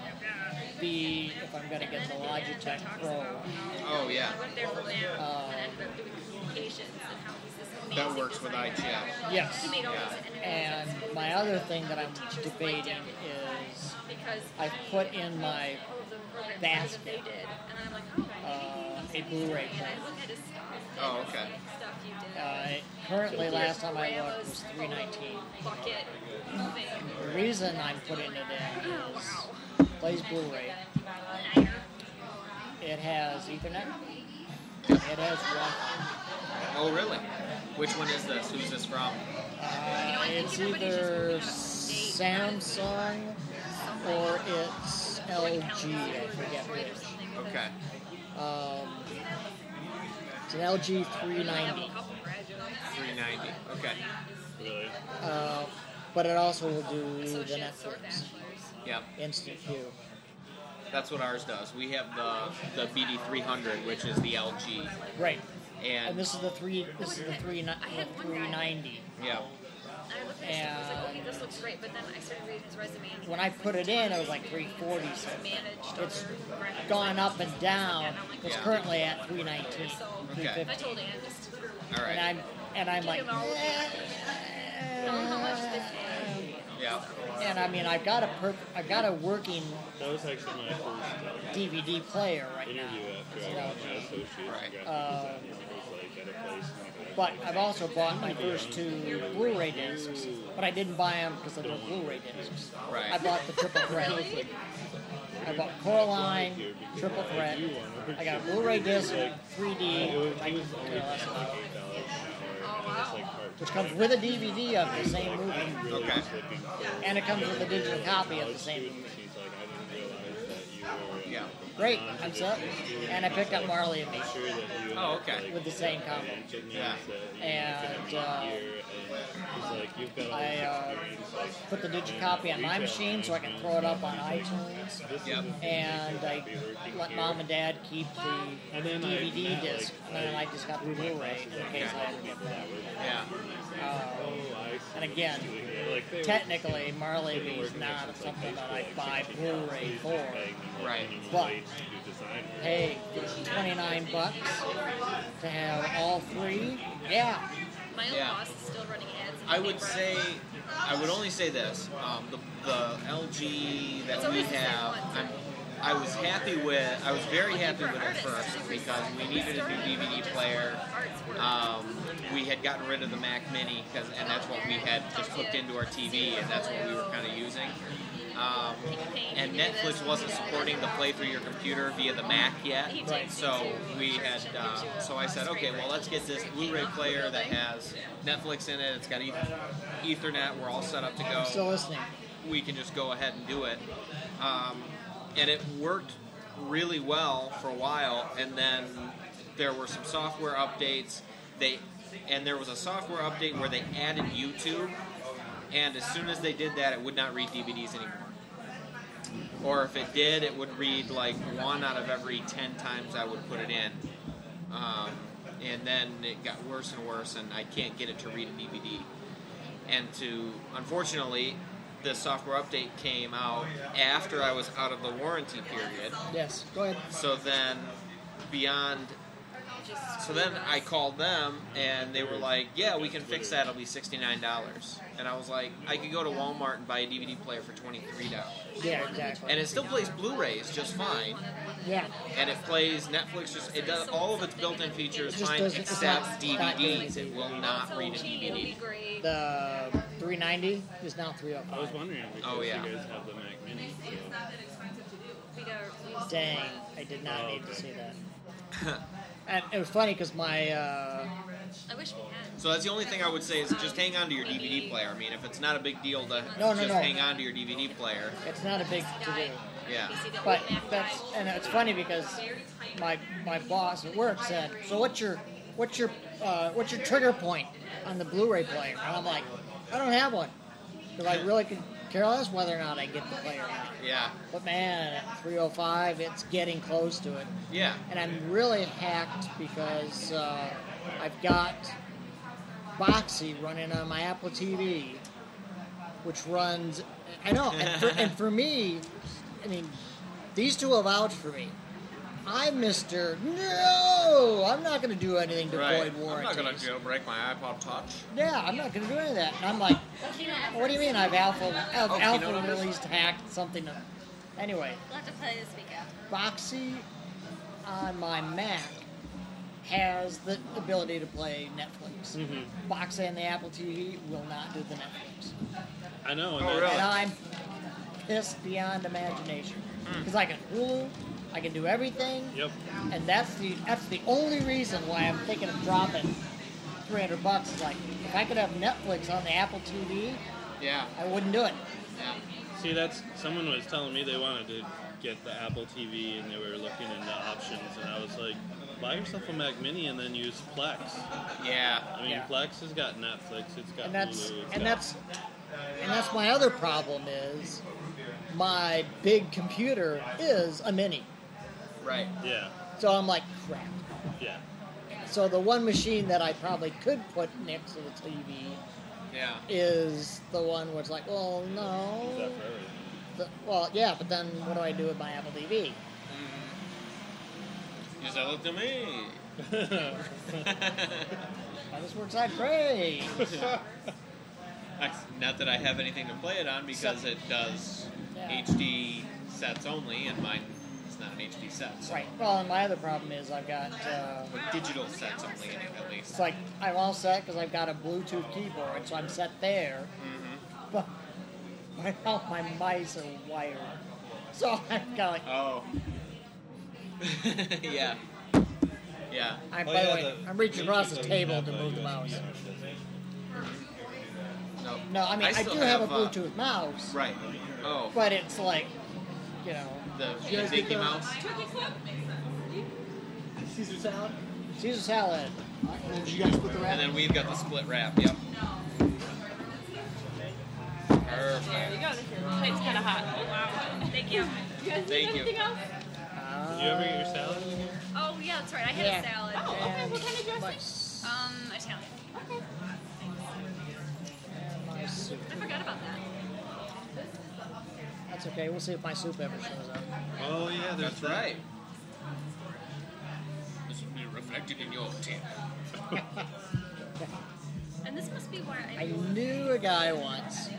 b if I'm going to get the Logitech Pro. Oh, yeah. went there for lamp Uh, and ended up doing communications and how he's this amazing That works with designer. IGF. Yes. He made all Yeah. these interviews And my other thing that I'm debating is because I put in my all of them were like, basket. they did. And I'm like, oh, uh, a Blu-ray and I player. look at his stuff. Oh, okay. Stuff you did. Uh, currently, last time I looked was 319. Bucket. Thing. The reason I'm putting it in Oh, is wow. plays Blu-ray. It has Ethernet. It has Wi-Fi. Oh, really? Which one is this? Who's this from? Uh, it's either Samsung or it's LG. I forget Or either which. something. Okay. Um, it's an LG 390, Couple graduates. 390. Okay. Really? uh, but it also will do the Associates or Netflix bachelors. Yep. Instant View. That's what ours does. We have the the BD300, which is the LG, Right. and And this is the three. This is the three ni- the 390. And yeah, I looked at his stuff, I was like, okay, this looks great, but then I started reading his resume. And When I put it in, it was like 340. So managed it's other graphics. gone up and down. It's Yeah. currently at 319, So 350. I told Anne just all And right, I'm and I'm like, Give him all the- "Eh." tell him how much this is. yeah, and I mean I've got a perf- I've got a working That was actually my first uh, DVD player right now. interview after I It's got my LG. associate's Right. graphic Uh, design. It was like at a place. and I But got I've also bought my first two Blu-ray discs, but I didn't buy them because they're Blu-ray discs. Right. I bought the Triple Threat. I bought Coraline, Triple Threat. I got a Blu-ray disc, 3D, like, you know, that's a lot, Oh, which comes with a DVD of the same movie, okay, and it comes with a digital copy of the same movie. She's like, I didn't realize that you were. yeah, Great, I'm set. And I picked up Marley and me Sure that you Oh, okay. with the same combo. yeah. And uh, like, you've got all I uh, put the digicopy on my machine so I can throw it up on iTunes. yep, And I let mom and dad keep the DVD disc, and then I just got the Blu-ray in case I ever get back. yeah, Uh, and again, like, they technically, Marley and me is not something that I buy Blu-ray for. right, But do design. hey, it's 29 bucks to have all three. Yeah, My old Yeah. boss is still running ads. in the I would paper. say, I would only say this: um, the, the LG that we have, I'm, I was happy with. I was very happy with it first because we needed a new DVD player. Um, we had gotten rid of the Mac Mini, 'cause- and that's what we had just hooked into our TV, and that's what we were kind of using. Um, and Netflix wasn't supporting the play through your computer via the Mac yet, Right. so we had. Uh, so I said, okay, well, let's get this Blu-ray player that has Netflix in it. It's got eth- Ethernet. We're all set up to go I'm still listening. we can just go ahead and do it. Um, and it worked really well for a while, and then there were some software updates. They and there was a software update where they added YouTube, and as soon as they did that, it would not read DVDs anymore. Or if it did, it would read like one out of every ten times I would put it in. Um, and then it got worse and worse, and I can't get it to read a DVD and to unfortunately the software update came out after i was out of the warranty period Yes, go ahead. so then beyond so then i called them and they were like yeah we can fix that it'll be $69 and i was like i could go to walmart and buy a dvd player for $23 Yeah, exactly. and it still plays blu-rays just fine yeah, and it plays netflix just it does all of its built-in features It just fine doesn't- it's not- except it's not dvds it will not read a Gee, it'll be dvd great. the 390 is now 305. I was wondering because Oh, yeah. you guys have the Mac Mini. We got Dang, I did not need to see that. and it was funny because my uh, I wish we had. So that's the only thing I would say is just hang on to your DVD player. I mean, if it's not a big deal to No, no, just no. hang on to your DVD player, it's not a big to do. Yeah. You see the But old Mac that's guy. and it's funny because my my boss at work said, "So what's your what's your uh, what's your trigger point on the Blu-ray player?" And I'm like, "I don't have one because I really could care less whether or not I get the player." or not." Yeah. But man, at 305, it's getting close to it, Yeah. and I'm really hacked because uh, I've got Boxy running on my Apple TV, which runs. I know, and for, and for me, I mean, these two have vouched for me. I'm Mister. No, I'm not going to do anything to Right. void I'm warranties. not gonna jailbreak my iPod Touch. Yeah, I'm not going to do any of that. And I'm like, what do you mean? I've alpha, I've Oh, alpha Keynote is- released, hacked something. to- Anyway, We'll have to play this weekend. Boxy on my Mac has the ability to play Netflix. Boxy on the Apple TV will not do the Netflix. I know. And Oh, that- really? And I'm pissed beyond imagination because I can Hulu, I can do everything, Yep. and that's the that's the only reason why I'm thinking of dropping 300 bucks. Is like if I could have Netflix on the Apple TV, Yeah. I wouldn't do it. Yeah. See, that's someone was telling me they wanted to get the Apple TV and they were looking into options, and I was like, buy yourself a Mac Mini and then use Plex. Yeah. I mean, Yeah. Plex has got Netflix, it's got and that's Hulu, it's and got- that's and that's my other problem is my big computer is a mini Right. yeah, so i'm like crap yeah. so the one machine that i probably could put next to the tv Yeah. is the one where it's like well Is no that for everything? The- well yeah but then what do i do with my apple tv You said look to [laughs] me. by this works i pray I, not that I have anything to play it on because it does Yeah. HD sets only, and mine is not an HD set. So right well and my other problem is i've got uh, Or digital sets only, at least. it's like i'm all set because i've got a bluetooth keyboard so i'm set there Mm-hmm. but my, all my mice are wired. So [laughs] I'm kind of like, Oh. [laughs] yeah. Yeah. I'm, Oh, by the yeah, way, the- I'm reaching across the doesn't table have to a move the mouse. USB out, does it? No. No, I mean, I, still do have, a uh, Bluetooth mouse, right. Oh. but it's like, you know, The You guys get Mickey the- Mouse. Caesar salad. Caesar salad. And then you guys put the And wrap. then we've got the split wrap. Yep. Perfect. There you go. It's kind of hot. Wow. Thank you. [laughs] You guys need Thank you. anything else? Did [laughs] you ever get your salad? again? Oh yeah, that's right. I had Yeah. a salad. Oh, okay. And What kind of dressing? Ah, mice. Um, Italian. Okay. My soup. I forgot about that. That's okay. We'll see if my soup ever shows up. Oh yeah, That's right. This will be reflected in your tip. And this must be where I I. knew a guy once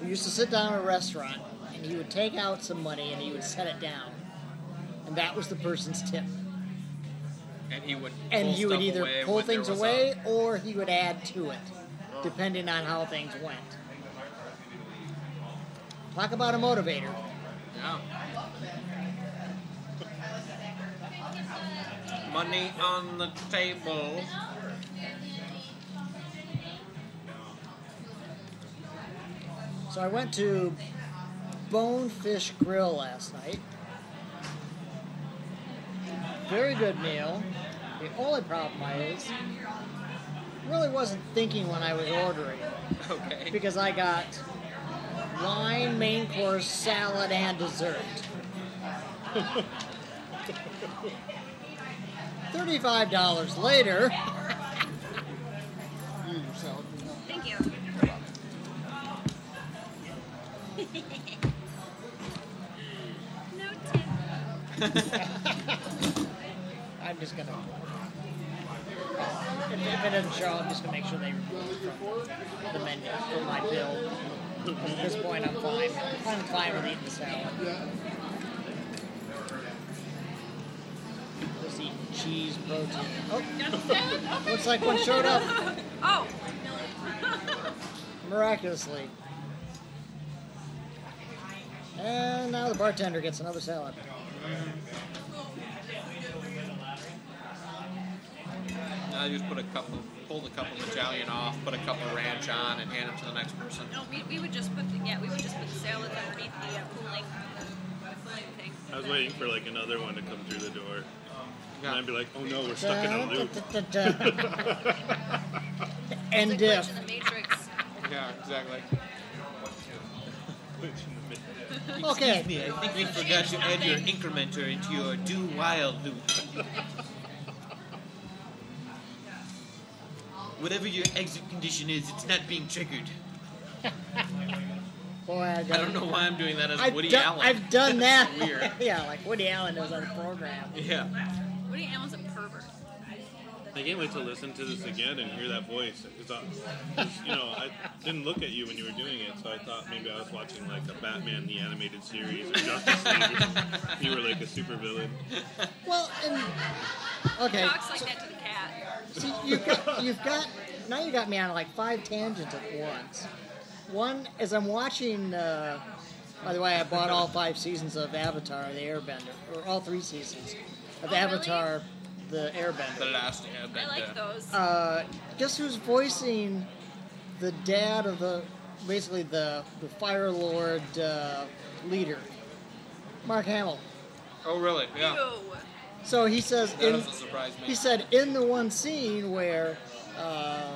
who used to sit down at a restaurant and he would take out some money and he would set it down. And that was the person's tip. And he would. and pull he would stuff either away pull when there things was away a- or he would add to it, depending on how things went. Talk about a motivator. yeah. Money on the table. [laughs] So I went to Bonefish Grill last night. Very good meal. The only problem is, really wasn't thinking when I was ordering Okay. because I got wine, main course, salad, and dessert. [laughs] Thirty-five dollars later, Thank you. [laughs] no tip. I'm just gonna. If if it doesn't show, I'm just gonna make sure they remove it from the menu for my bill. 'Cause At this point, I'm fine. I'm fine with eating the salad. Just eat cheese, protein. Oh, looks like one showed up. Oh, [laughs] miraculously. And now the bartender gets another salad. Now you just put a couple, pull a couple of Italian off, put a couple of ranch on, and hand it to the next person. no. We, we would just put the yeah. We would just put the salad underneath the uh, cooling. I was waiting for like another one to come through the door. And Yeah. I'd be like, oh no, we're stuck in [laughs] a loop. And uh, It's a glitch if. in the Matrix. Yeah, exactly. Okay. I think we forgot to add your incrementer into your do while loop. Whatever your exit condition is, it's not being triggered. Boy, I, I don't know why I'm doing that as I've, Woody done- Allen. I've done that. Weird. [laughs] yeah, like Woody Allen knows how to program. Yeah. Woody Allen's a pervert. I can't wait to listen to this again and hear that voice. It's, uh, you know, I didn't look at you when you were doing it, so I thought maybe I was watching like a Batman the animated series or Justice League. or- [laughs] you were like a supervillain. Well, and okay, Talks like that to the cat. see, you've got, you've got now you got me on like five tangents at once. One is I'm watching. Uh, by the way, I bought all five seasons of Avatar: The Airbender, or all three seasons of Oh, really? Avatar: The The Airbender. last I airbender. like those. Uh, guess who's voicing the dad of the basically the the Fire Lord uh, leader, Mark Hamill. Oh, really? Yeah. Ew. So he says That in, doesn't surprise He me. said in the one scene where uh,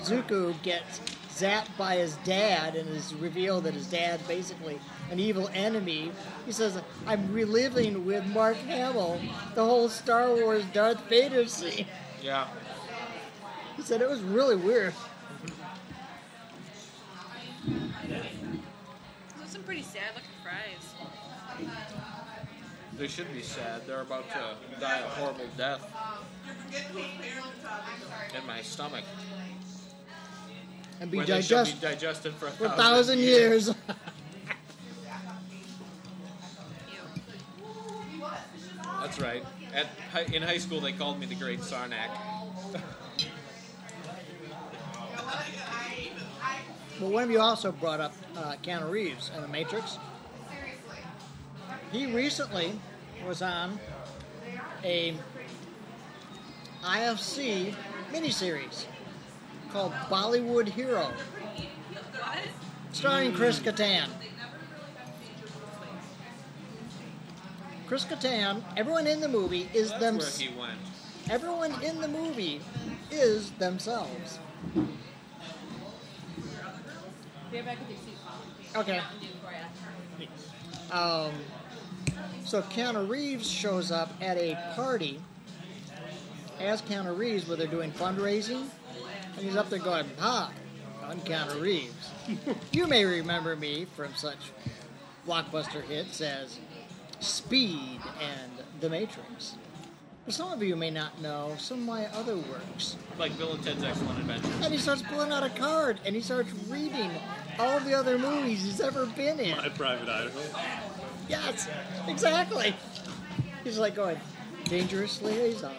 Zuko gets zapped by his dad and is revealed that his dad's basically an evil enemy, he says, I'm reliving with Mark Hamill the whole Star Wars Darth Vader scene. Yeah. He said it was really weird. Those are some pretty sad looking fries. They should be sad. They're about to die a horrible death. In my stomach. And be Where they should digested be digested for a for a thousand, thousand years. Ew. That's right. At hi- in high school, they called me the Great Sarnak. But one of you also brought up uh, Keanu Reeves in The Matrix. He recently was on a IFC miniseries called Bollywood Hero, What? starring Chris Kattan. Chris Kattan, everyone in the movie is That's them. where he went. Everyone in the movie is themselves. Be right back with your seat, Colin. Okay. Mountain Dew for ya. Um, so Keanu Reeves shows up at a party as Keanu Reeves where they're doing fundraising, and he's up there going, "Hi, I'm Keanu Reeves. you may remember me from such blockbuster hits as Speed and The Matrix." But some of you may not know some of my other works. Like Bill and Ted's Excellent Adventure. And he starts pulling out a card and he starts reading all the other movies he's ever been in. My private Idaho. Yes, exactly. He's like going, dangerous liaisons.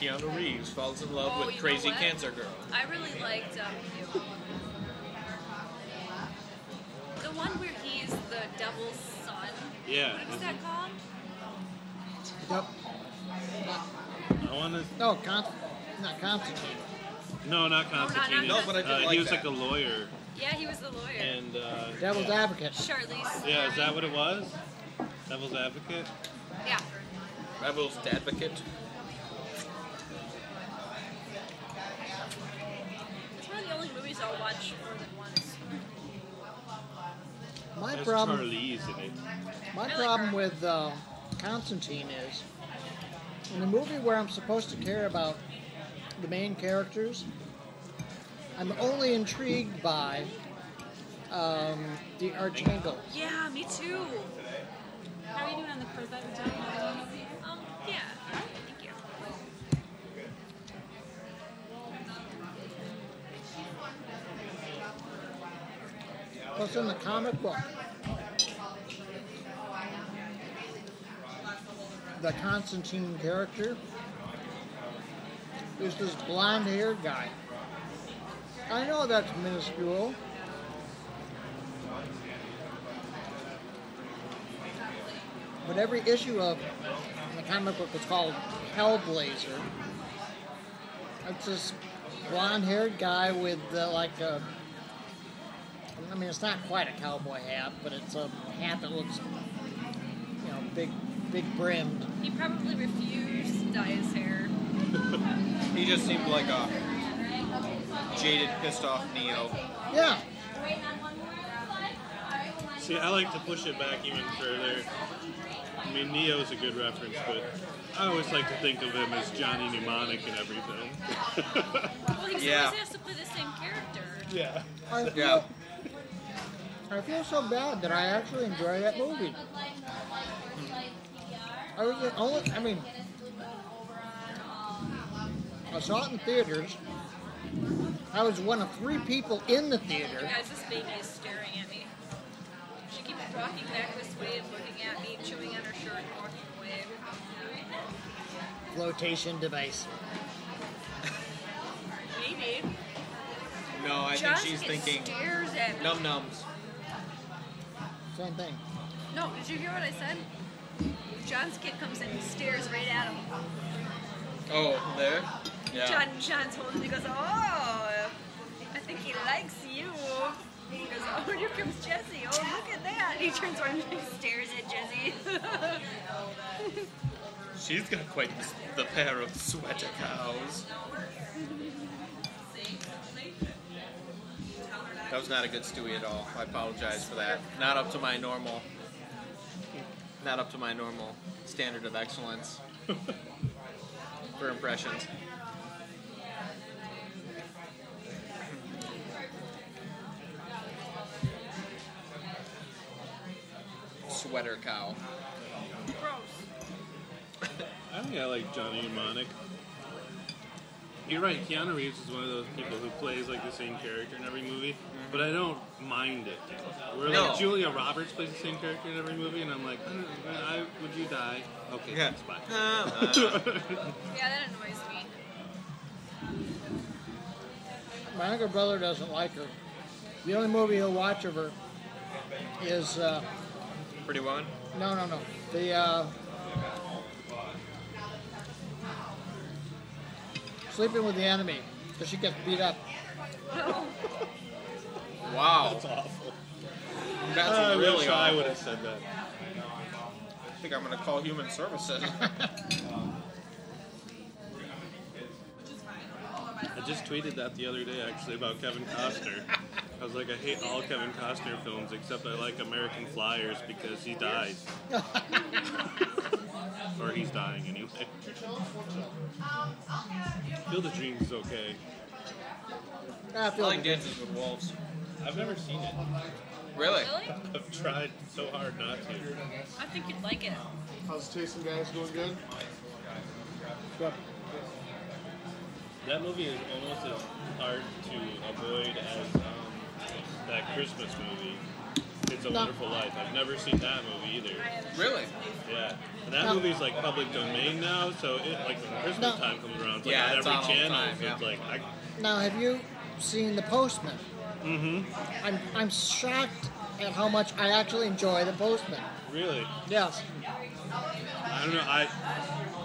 Keanu Reeves falls in love Oh, you with know Crazy what? Cancer Girl. I really liked um, you. the one where he's the devil's son. Yeah. What is that called? Yep. I want to. No, con- not Constantine. No, Oh, not Constantine. No, but I did uh, like he was that. like a lawyer, Yeah, he was the lawyer. and uh, Devil's yeah. Advocate. Charlize. Yeah, is that what it was? Devil's Advocate. Yeah. Rebel's Advocate. It's one of the only movies I'll watch more than once. My There's problem, Charlize in it. my like problem her. with uh, Constantine is in the movie where I'm supposed to care about the main characters, I'm only intrigued by um, the Archangel. Yeah, me too. How are you doing on the cruise? I've been talking about going over here. Um, yeah. Thank you. What's in the comic book? The Constantine character is this blonde haired guy. I know that's minuscule. But every issue of the comic book is called Hellblazer. It's this blonde haired guy with uh, like a I mean, it's not quite a cowboy hat, but it's a hat that looks, you know, big, big brimmed. He probably refused to dye his hair. He just seemed like a jaded, pissed off Neo. Yeah. See, I like to push it back even further. I mean, Neo's a good reference, but I always like to think of him as Johnny Mnemonic and everything. Well, he Yeah. always has to play the same character. yeah. I Yeah. feel, I feel so bad that I actually enjoy that movie. I was the only, I mean, I saw it in theaters. I was one of three people in the theater. Guys, this baby is staring at me. She keeps walking back this way and looking at me, chewing on her shirt and walking away. Flotation device. Maybe. No, I Just think she's it thinking stares at me. num nums. Same thing. No, did you hear what I said? John's kid comes in and stares right at him. Oh, there. Yeah. John, John's holding him. He goes, Oh, I think he likes you. He goes, Oh, [laughs] here comes Jesse. Oh, look at that. he turns around and [laughs] stares at Jesse. [laughs] She's got quite the pair of sweater cows. That was not a good Stewie at all. I apologize for that. Not up to my normal. Not up to my normal standard of excellence [laughs] for impressions. Sweater cow. Gross. I think I like Johnny Mnemonic. You're right, Keanu Reeves is one of those people who plays like the same character in every movie, but I don't mind it. Where No. like Julia Roberts plays the same character in every movie, and I'm like, I, don't- I would you die? Okay, Yeah. thanks, [laughs] bye. Uh, Yeah, that annoys me. My younger brother doesn't like her. The only movie he'll watch of her is, uh, Pretty woman? no, no, no. The, uh, Sleeping with the Enemy, because she gets beat up. [laughs] Wow. That's awful. That's I really wish I awful. would have said that. I think I'm going to call human [laughs] services. I just tweeted that the other day actually about Kevin Costner. I was like, I hate all Kevin Costner films except I like American Flyers because he dies. or he's dying anyway. Field of Dreams is okay. Ah, I I feel like like Dances with Wolves. I've never seen it. Really? Really? I've tried so hard not to. I think you'd like it. How's the tasting, guys? Doing good? That movie is almost as hard to avoid as um, that Christmas movie. It's a No. Wonderful Life. I've never seen that movie either. Really? Yeah, and that No. movie's like public domain now, so it like when Christmas No. time comes around, it's like Yeah, it's on every on all the channel. time, so It's yeah. like I, Now, have you seen The Postman? Mm-hmm. I'm, I'm shocked at how much I actually enjoy The Postman. really, Yes. I don't know. I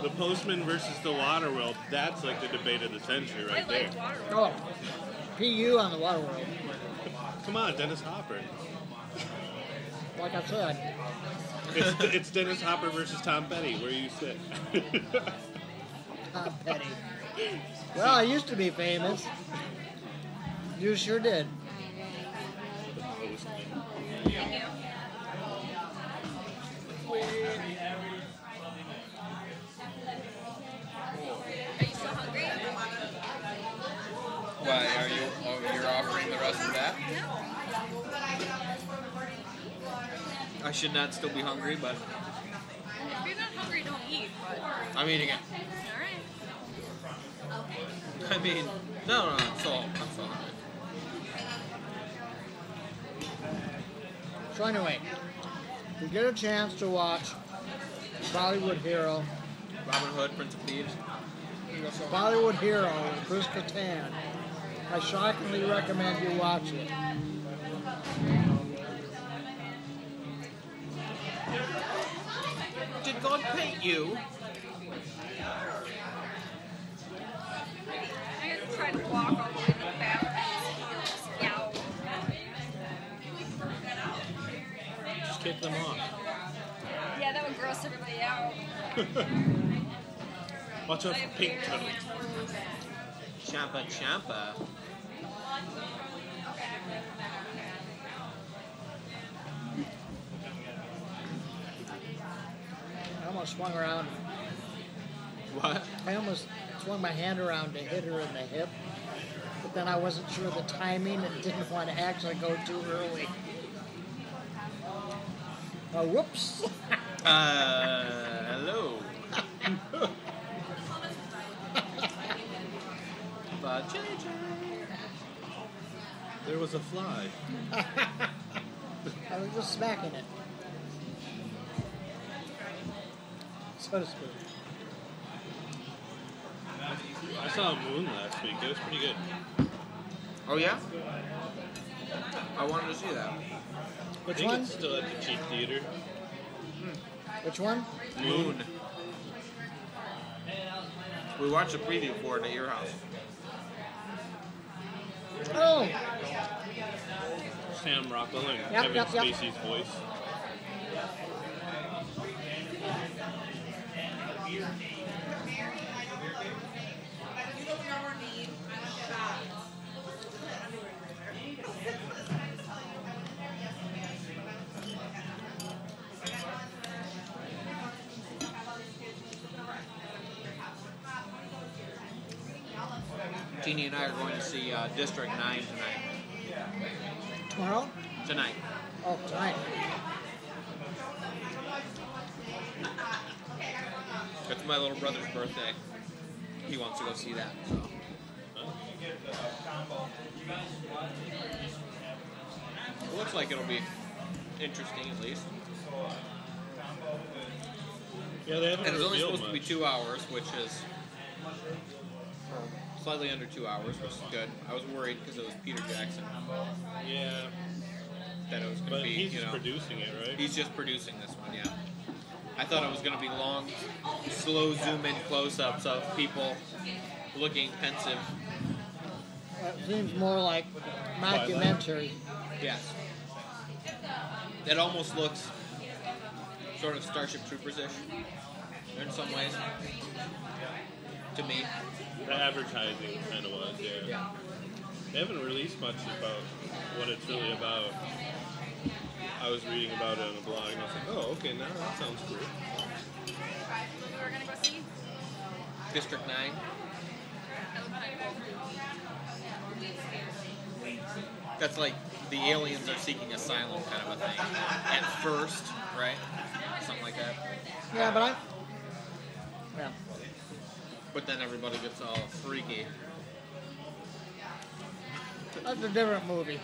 the Postman versus the Waterworld. That's like the debate of the century I right there. like water. Oh, PU on the Waterworld. Come on, Dennis Hopper. Like I said, [laughs] It's, it's Dennis Hopper versus Tom Petty. Where you sit? [laughs] Tom Petty. Well, I used to be famous. You sure did. Are you so hungry? Why are you? Oh, you're offering the rest of that? I should not still be hungry, but If you're not hungry, don't eat. But all I'm eating it. right. [laughs] I mean, no, no, it's all, it's all good. So anyway, if you get a chance to watch Bollywood Hero, Robin Hood, Prince of Thieves. Bollywood Hero with Bruce Catan, I shockingly recommend you watch it. Did God paint you? I had to try to walk all the way to the bathroom. Yow. Watch I out for have pink hair on my tongue. toes. Champa Champa. I almost swung around. What? I almost swung my hand around to hit her in the hip, but then I wasn't sure of the timing and didn't [laughs] want to actually go too early. Oh, whoops! Uh, hello. but There was a fly. I was just smacking it. So to speak. I saw a moon last week. It was pretty good. Oh yeah. I wanted to see that. I Which think one? it's still at the cheap theater. Which one? Moon. We watched a preview for it at your house. Oh, Sam Rockwell and Yep, Kevin yep, yep. Spacey's voice. Jeannie and I are going to see uh, District Nine tonight. tomorrow? Tonight. Oh, tonight. It's my little brother's birthday. He wants to go see that. So. It looks like it'll be interesting at least. Yeah, they haven't And it's only revealed supposed to be much. two hours, which is or slightly under two hours, which is good. I was worried because it was Peter Jackson Yeah, that it was going but to be, he's you just know. producing it, right? He's just producing this one, yeah. I thought it was going to be long, slow zoom in close ups of people looking pensive. That seems more like documentary. Yes. It almost looks sort of Starship Troopers ish in some ways. To me. the advertising kind of was. Yeah. Yeah. They haven't released much about what it's really about. I was reading about it on a blog, and I was like, oh, okay, now that sounds cool. We were gonna go see. District 9. I look behind you. That's like the aliens are seeking asylum kind of a thing. At first, right? Something like that. Yeah, but I. Yeah. But then everybody gets all freaky. That's a different movie.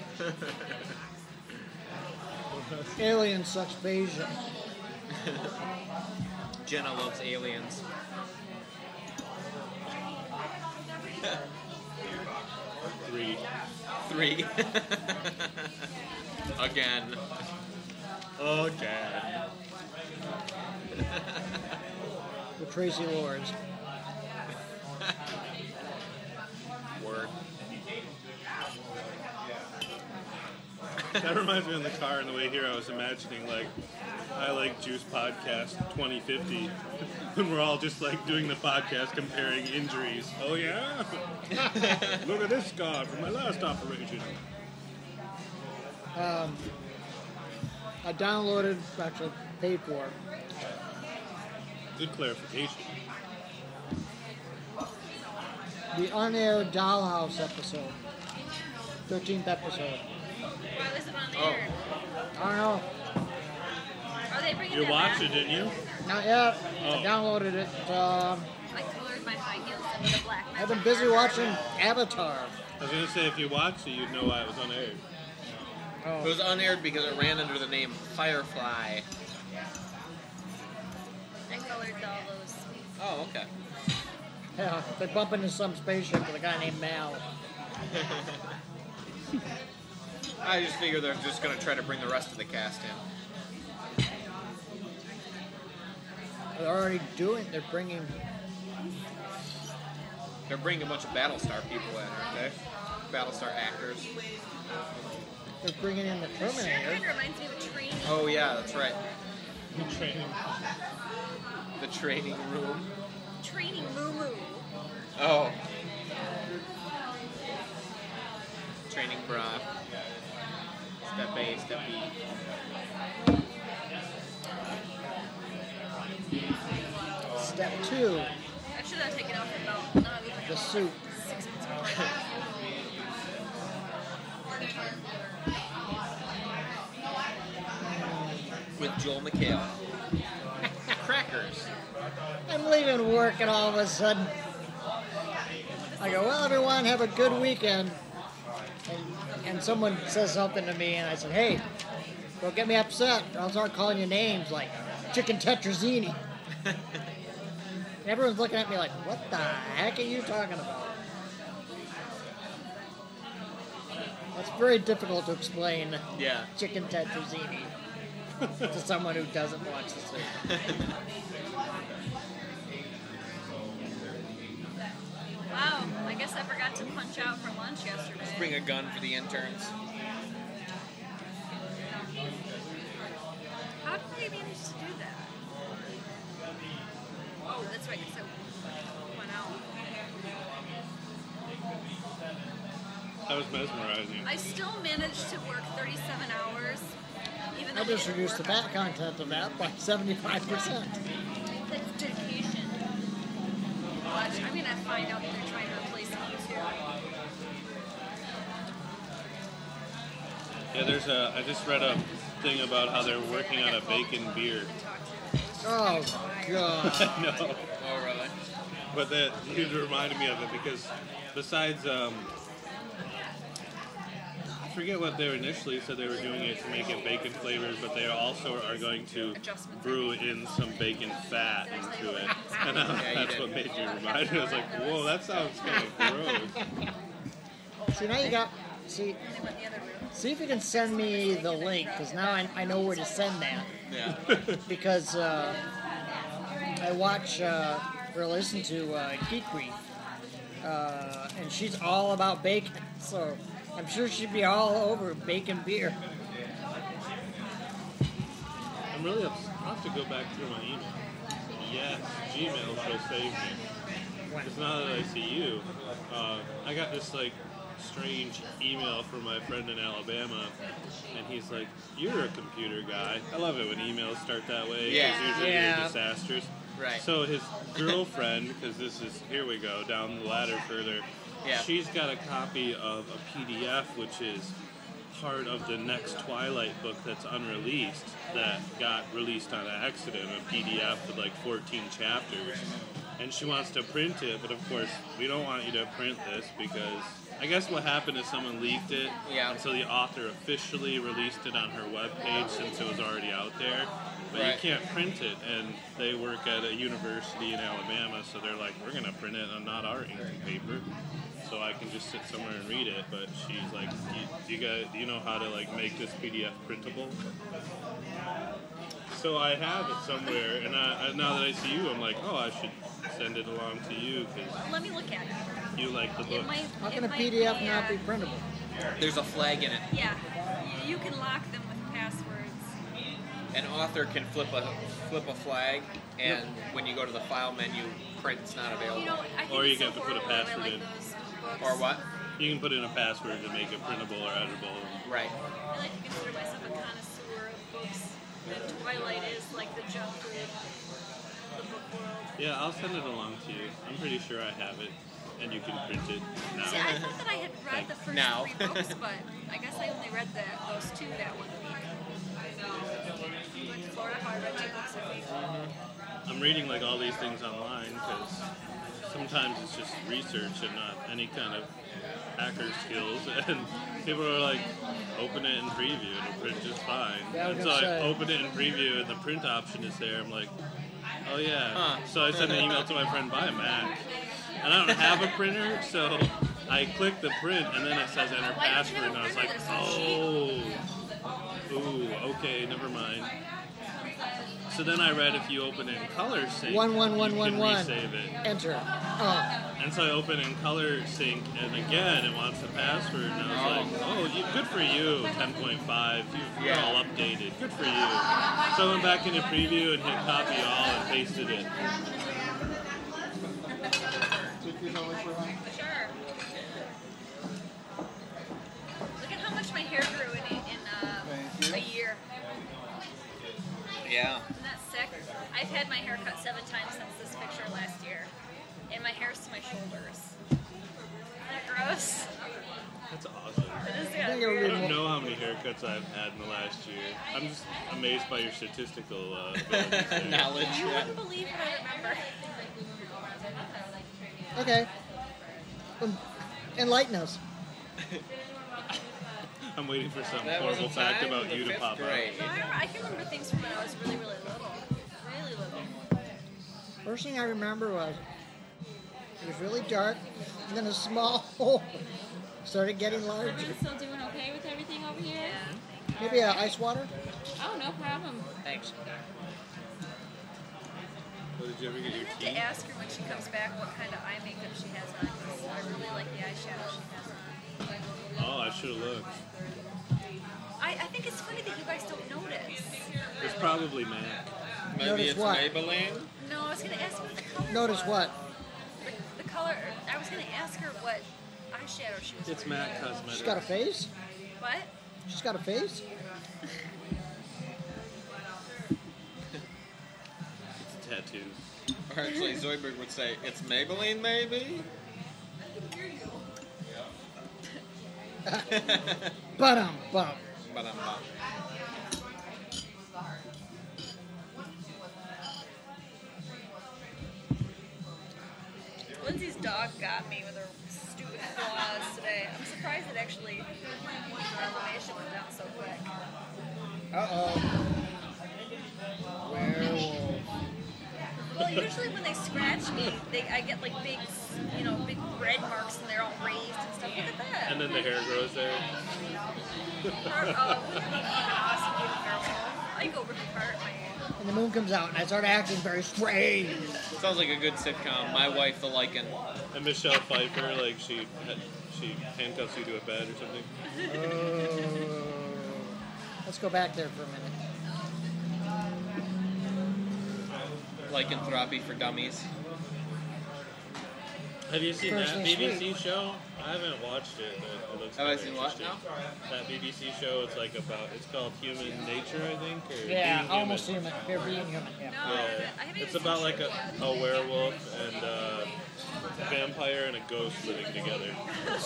Alien sucks Bayesian. Jenna loves aliens. Three. [laughs] Three. [laughs] Again. Again. with Tracy Lords. Word. That reminds me on the car on the way here. I was imagining like I like Juice Podcast 2050, [laughs] and we're all just like doing the podcast comparing injuries. Oh yeah, [laughs] look at this guy from my last operation. I downloaded, actually paid for, Good clarification. the unaired Dollhouse episode. 13th episode. Why was it on Oh. there? I don't know. Are they bringing You that watched it, back? didn't you? Not yet. Oh. I downloaded it. Um, I colored my high heels into the black. I've been busy watching Avatar. I was gonna say if you watched it, you'd know why it was on air. It Oh. was unaired because it ran under the name Firefly. I colored all those. Oh, okay. Yeah, they bump into some spaceship with a guy named Mal. I just figure they're just gonna try to bring the rest of the cast in. They're already doing, they're bringing, They're bringing a bunch of Battlestar people in, aren't they? Battlestar actors. they're bringing in the Sure, kind Terminator. of reminds me of a train. Oh yeah, that's right. Train. The training room. Training Moo Moo. Oh. Training bra. Step A, step B. Step two, I should have taken off the belt. Now I look like the soup. six months With Joel McHale. [laughs] Crackers. I'm leaving work and all of a sudden I go, well, everyone, have a good weekend. And, and someone says something to me, and I said, hey, don't get me upset. or I'll start calling you names like Chicken Tetrazzini. [laughs] And everyone's looking at me like, what the heck are you talking about? That's very difficult to explain Yeah. chicken tetrazzini [laughs] to someone who doesn't watch the series. Wow, I guess I forgot to punch out for lunch yesterday. Bring a gun for the interns. How did they manage to do that? Oh, that's right, because I went out. That was mesmerizing. I still managed to work 37 hours. Even though I we just didn't reduced the work fat content of that by 75%. That's dedication. Watch, I'm gonna find out if they're trying to replace me too. Yeah, there's a. I just read a thing about how they're working on a bacon beer. [laughs] Talk to. Oh, God. no, Oh, really? but that it reminded me of it because besides, um, I forget what they were initially said they were doing it to make it bacon flavored, but they also are going to brew in some bacon fat into it, [laughs] and uh, you that's did. what made you remind me. I was like, whoa, that sounds kind of gross. See, now you got. See, They went in the other room. see if you can send me the link, because now I, I know where to send that. Yeah. Because uh, I watch uh, or listen to uh, Geek Week, uh, and she's all about bacon, so I'm sure she'd be all over bacon beer. I'm really upset. I'll have to go back through my email. Yes, Gmail will save me. Because now that I see you, uh, I got this like strange email from my friend in Alabama, and he's like, "You're a computer guy." I love it when emails start that way. 'cause Yeah. usually they're Yeah. disasters. Right. So his girlfriend, because this is here we go down the ladder further. Yeah. She's got a copy of a PDF, which is part of the next Twilight book that's unreleased that got released on accident, a PDF with like 14 chapters. And she wants to print it, but of course, we don't want you to print this because I guess what happened is someone leaked it. Yeah. And so the author officially released it on her webpage since it was already out there. But Right. you can't print it. And they work at a university in Alabama, so they're like, we're going to print it on not our ink and paper so I can just sit somewhere and read it. But she's like, you, you got, you know how to like make this PDF printable. So I have it somewhere, and I, I, now that I see you, I'm like, oh, I should send it along to you because Let me look at it. you like the book. It might. How can it a might PDF be, not uh, be printable? There's a flag in it. Yeah, Y- you can lock them with passwords. An author can flip a flip a flag, and when you go to the file menu, print's not available. You know, I think Or you it's so have to put a horrible the way, password like, in. those books. or what? You can put in a password to make it printable or editable. Right. I like to consider myself a connoisseur of books. And Twilight is like the jump in the book world. Yeah, I'll send it along to you. I'm pretty sure I have it, and you can print it now. See, I thought that I had read the first Now. three books, but I guess I only read that those two that one week. I know. Went to Florida, how I read two books a week. I'm reading like all these things online because sometimes it's just research and not any kind of hacker skills. [laughs] And people are like, open it and preview, it'll print just fine. Yeah, I was and so gonna I say. open it and preview, and the print option is there. I'm like, oh yeah. Huh. So I sent an email to my friend, buy a Mac. And I don't have a printer, so I click the print, and then it says enter password, and I was like, oh, ooh, okay, never mind. So then I read if you open it in color, save One, one, you one, can one, one. resave it. Enter. Oh, And And so I open in color sync, and again it wants the password, and I was like, oh, you, good for you, 10.5, you, you're Yeah. all updated, good for you. So I went back into preview and hit copy all and pasted it. Take these on for him. Sure. Look at how much my hair grew in, in uh, a Thank year. [laughs] Yeah. Isn't that sick? I've had my hair cut seven times since this picture last year. And my hair's to my shoulders. Isn't that gross? That's awesome. That is I yeah, think it would I be weird. don't know how many haircuts I've had in the last year. I'm just amazed by your statistical uh, abilities [laughs] there. Knowledge. You Yeah. wouldn't believe what I remember. Okay. Um, enlighten us. I'm waiting for some That was horrible a fact time in about you the to fifth pop grade. No, I, remember, I can remember things from when I was really, really little. Really little. First thing I remember was it was really dark, and then a small [laughs] hole started getting larger. Everyone still doing okay with everything over here? Maybe uh, ice water? Oh, no problem. Thanks. up. Well, Oh, did you ever get I'm your gonna have to teeth? ask her when she comes back what kind of eye makeup she has on. 'cause I really like the eyeshadow she has on. Oh, I should have looked. I, I think it's funny that you guys don't notice. It's probably Mac. Maybe Notice it's what? Maybelline. No, I was gonna ask what the color. Notice was. what? The, the color. I was gonna ask her what eyeshadow she was. It's wearing. Mac Cosmetics. She's got a face? What? She's got a face? It's tattoos. Or actually, Zoidberg would say, it's Maybelline, maybe? But um, bum. But I'm not. Lindsay's dog got me with her stupid claws today. I'm surprised it actually the elevation went down so quick. Uh oh. Werewolf. Well, usually when they scratch me, they I get like big, you know, big red marks and they're all raised and stuff. Look at that. And then the hair grows there. Or, oh, wouldn't it be awesome to be a werewolf? I go rip apart my. And the moon comes out, and I start acting very strange. Sounds like a good sitcom. My wife, the Lycan. And Michelle Pfeiffer, like she had, she handcuffs you to a bed or something. Oh. Let's go back there for a minute. Lycanthropy for dummies. Have you seen First that next BBC show? I haven't watched it. But it looks Have I very seen what interesting. That BBC show. It's like about. It's called Human Nature, I think. Or Yeah, Being almost Human. human. They're being human. Yeah. No, I Yeah. haven't. I haven't It's even about seen like it a, yet. a werewolf and uh, a vampire and a ghost living together.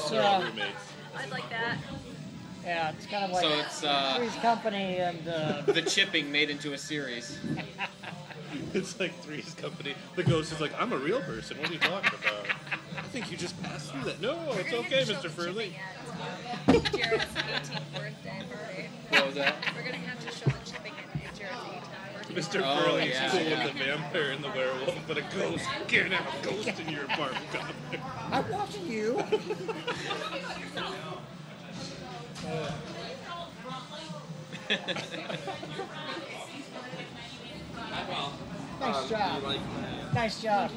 They're all Yeah. roommates. I'd like that. Yeah, it's kind of like So it's uh, Three's Company and uh, the chipping made into a series. [laughs] It's like Three's Company. The ghost is like, I'm a real person. What are you talking about? I think you just passed through that. No, it's We're gonna okay, have to show Mr. the Furley. chipping at Jared's 18th birthday party. What was that? We're gonna have to show the chipping at Jared's 18th birthday Mr. Oh, Furley's yeah. cool with the vampire and the werewolf, but a ghost. You can't have a ghost in your apartment complex. I'm watching [laughs] you. nice job. nice job.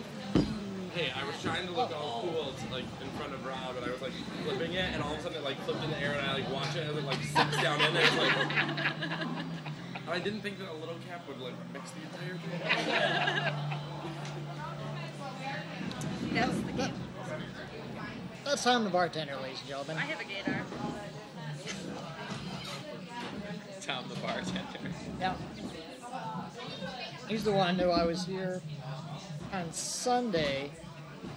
Hey, I was trying to look all cool, to, like in front of Rob, and I was like flipping it, and all of a sudden it like flipped in the air, and I like watch it as it like sinks down in there. It's like, and I didn't think that a little cap would like mix the entire thing. party. That's the game. That's time the bartender, ladies and gentlemen. I have a gator. Tom the bartender. Yeah. He's the one who I was here on Sunday.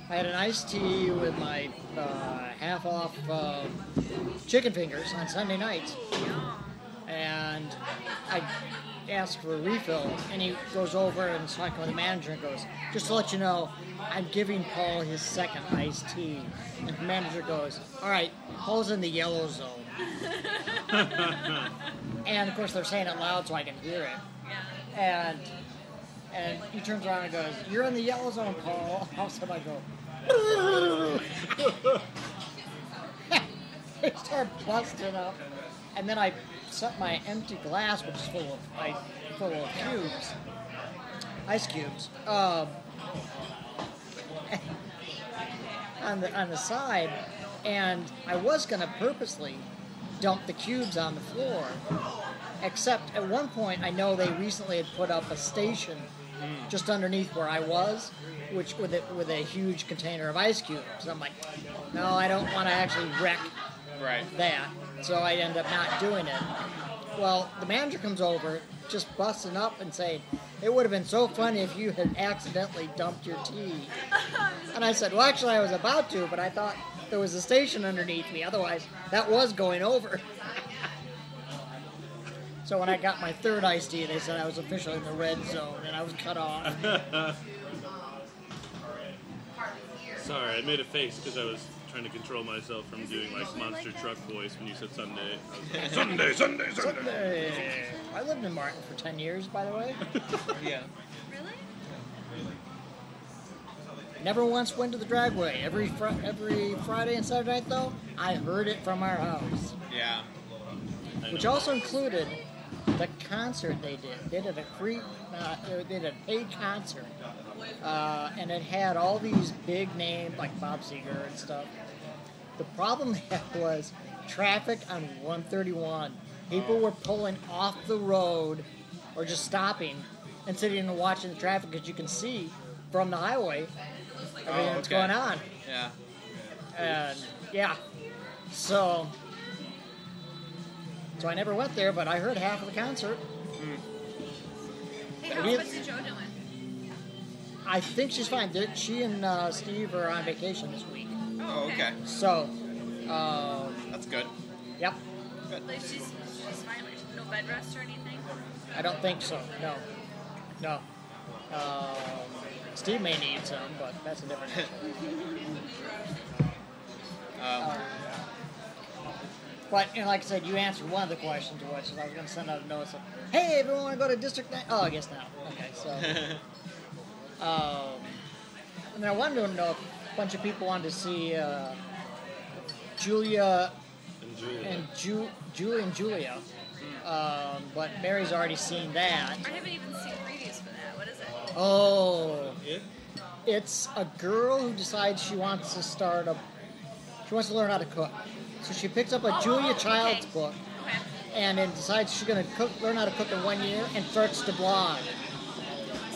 I had an iced tea with my uh, half off uh, chicken fingers on Sunday nights. And I asked for a refill, and he goes over and is talking with the manager and goes, Just to let you know, I'm giving Paul his second iced tea. And the manager goes, All right, Paul's in the yellow zone. And of course, they're saying it loud so I can hear it. And and he turns around and goes, "You're in the yellow zone, Paul." [laughs] All of a sudden, I go. [laughs] they start busting up, and then I set my empty glass, which is full of I, full of cubes, ice cubes. Um, [laughs] on the on the side, and I was gonna purposely dump the cubes on the floor. Except at one point, I know they recently had put up a station just underneath where I was, which with it with a huge container of ice cubes. And I'm like, no, I don't want to actually wreck Right. that, so I end up not doing it. Well, the manager comes over, just busting up and saying, "It would have been so funny if you had accidentally dumped your tea." And I said, "Well, actually, I was about to, but I thought there was a station underneath me. Otherwise, that was going over." [laughs] So when I got my third iced tea, they said I was officially in the red zone and I was cut off. Sorry, I made a face because I was trying to control myself from doing like monster truck voice when you said Sunday. I was like, Sunday, Sunday, Sunday. Hey, I lived in Martin for ten years, by the way. Yeah. Really? Never once went to the driveway. Every fr- every Friday and Saturday night, though, I heard it from our house, Yeah. I which know. also included the concert they did. They did a free, uh, they did a paid concert, uh, and it had all these big names like Bob Seger and stuff. The problem [laughs] they had was traffic on 131. People were pulling off the road or just stopping and sitting and watching the traffic because you can see from the highway everything that's okay. going on. Yeah. And yeah, so so I never went there, but I heard half of the concert. Hey, how's We- Betsy Joe doing? I think she's fine. They're- She and uh, Steve are on vacation this week, Oh, okay. so uh, That's good. yep. Like she's she's fine. Like no bed rest or anything. I don't think so. No, no. Uh, Steve may need some, but that's a different issue. Um, But you know, like I said, you answered one of the questions, which is I was going to send out a notice of, "Hey, everyone, want to go to District 9? Oh, I guess not. Okay, so. Um, and I wanted to know if a bunch of people wanted to see uh, Julia And Julia. and Ju- Julie and Julia, um, but Mary's already seen that. I haven't even seen previews for that. What is it? Oh, Yeah? it's a girl who decides she wants to start a. She wants to learn how to cook, so she picks up a Oh, Julia oh, okay. Child's book Okay. and then decides she's going to cook, learn how to cook in one year, and starts to blog.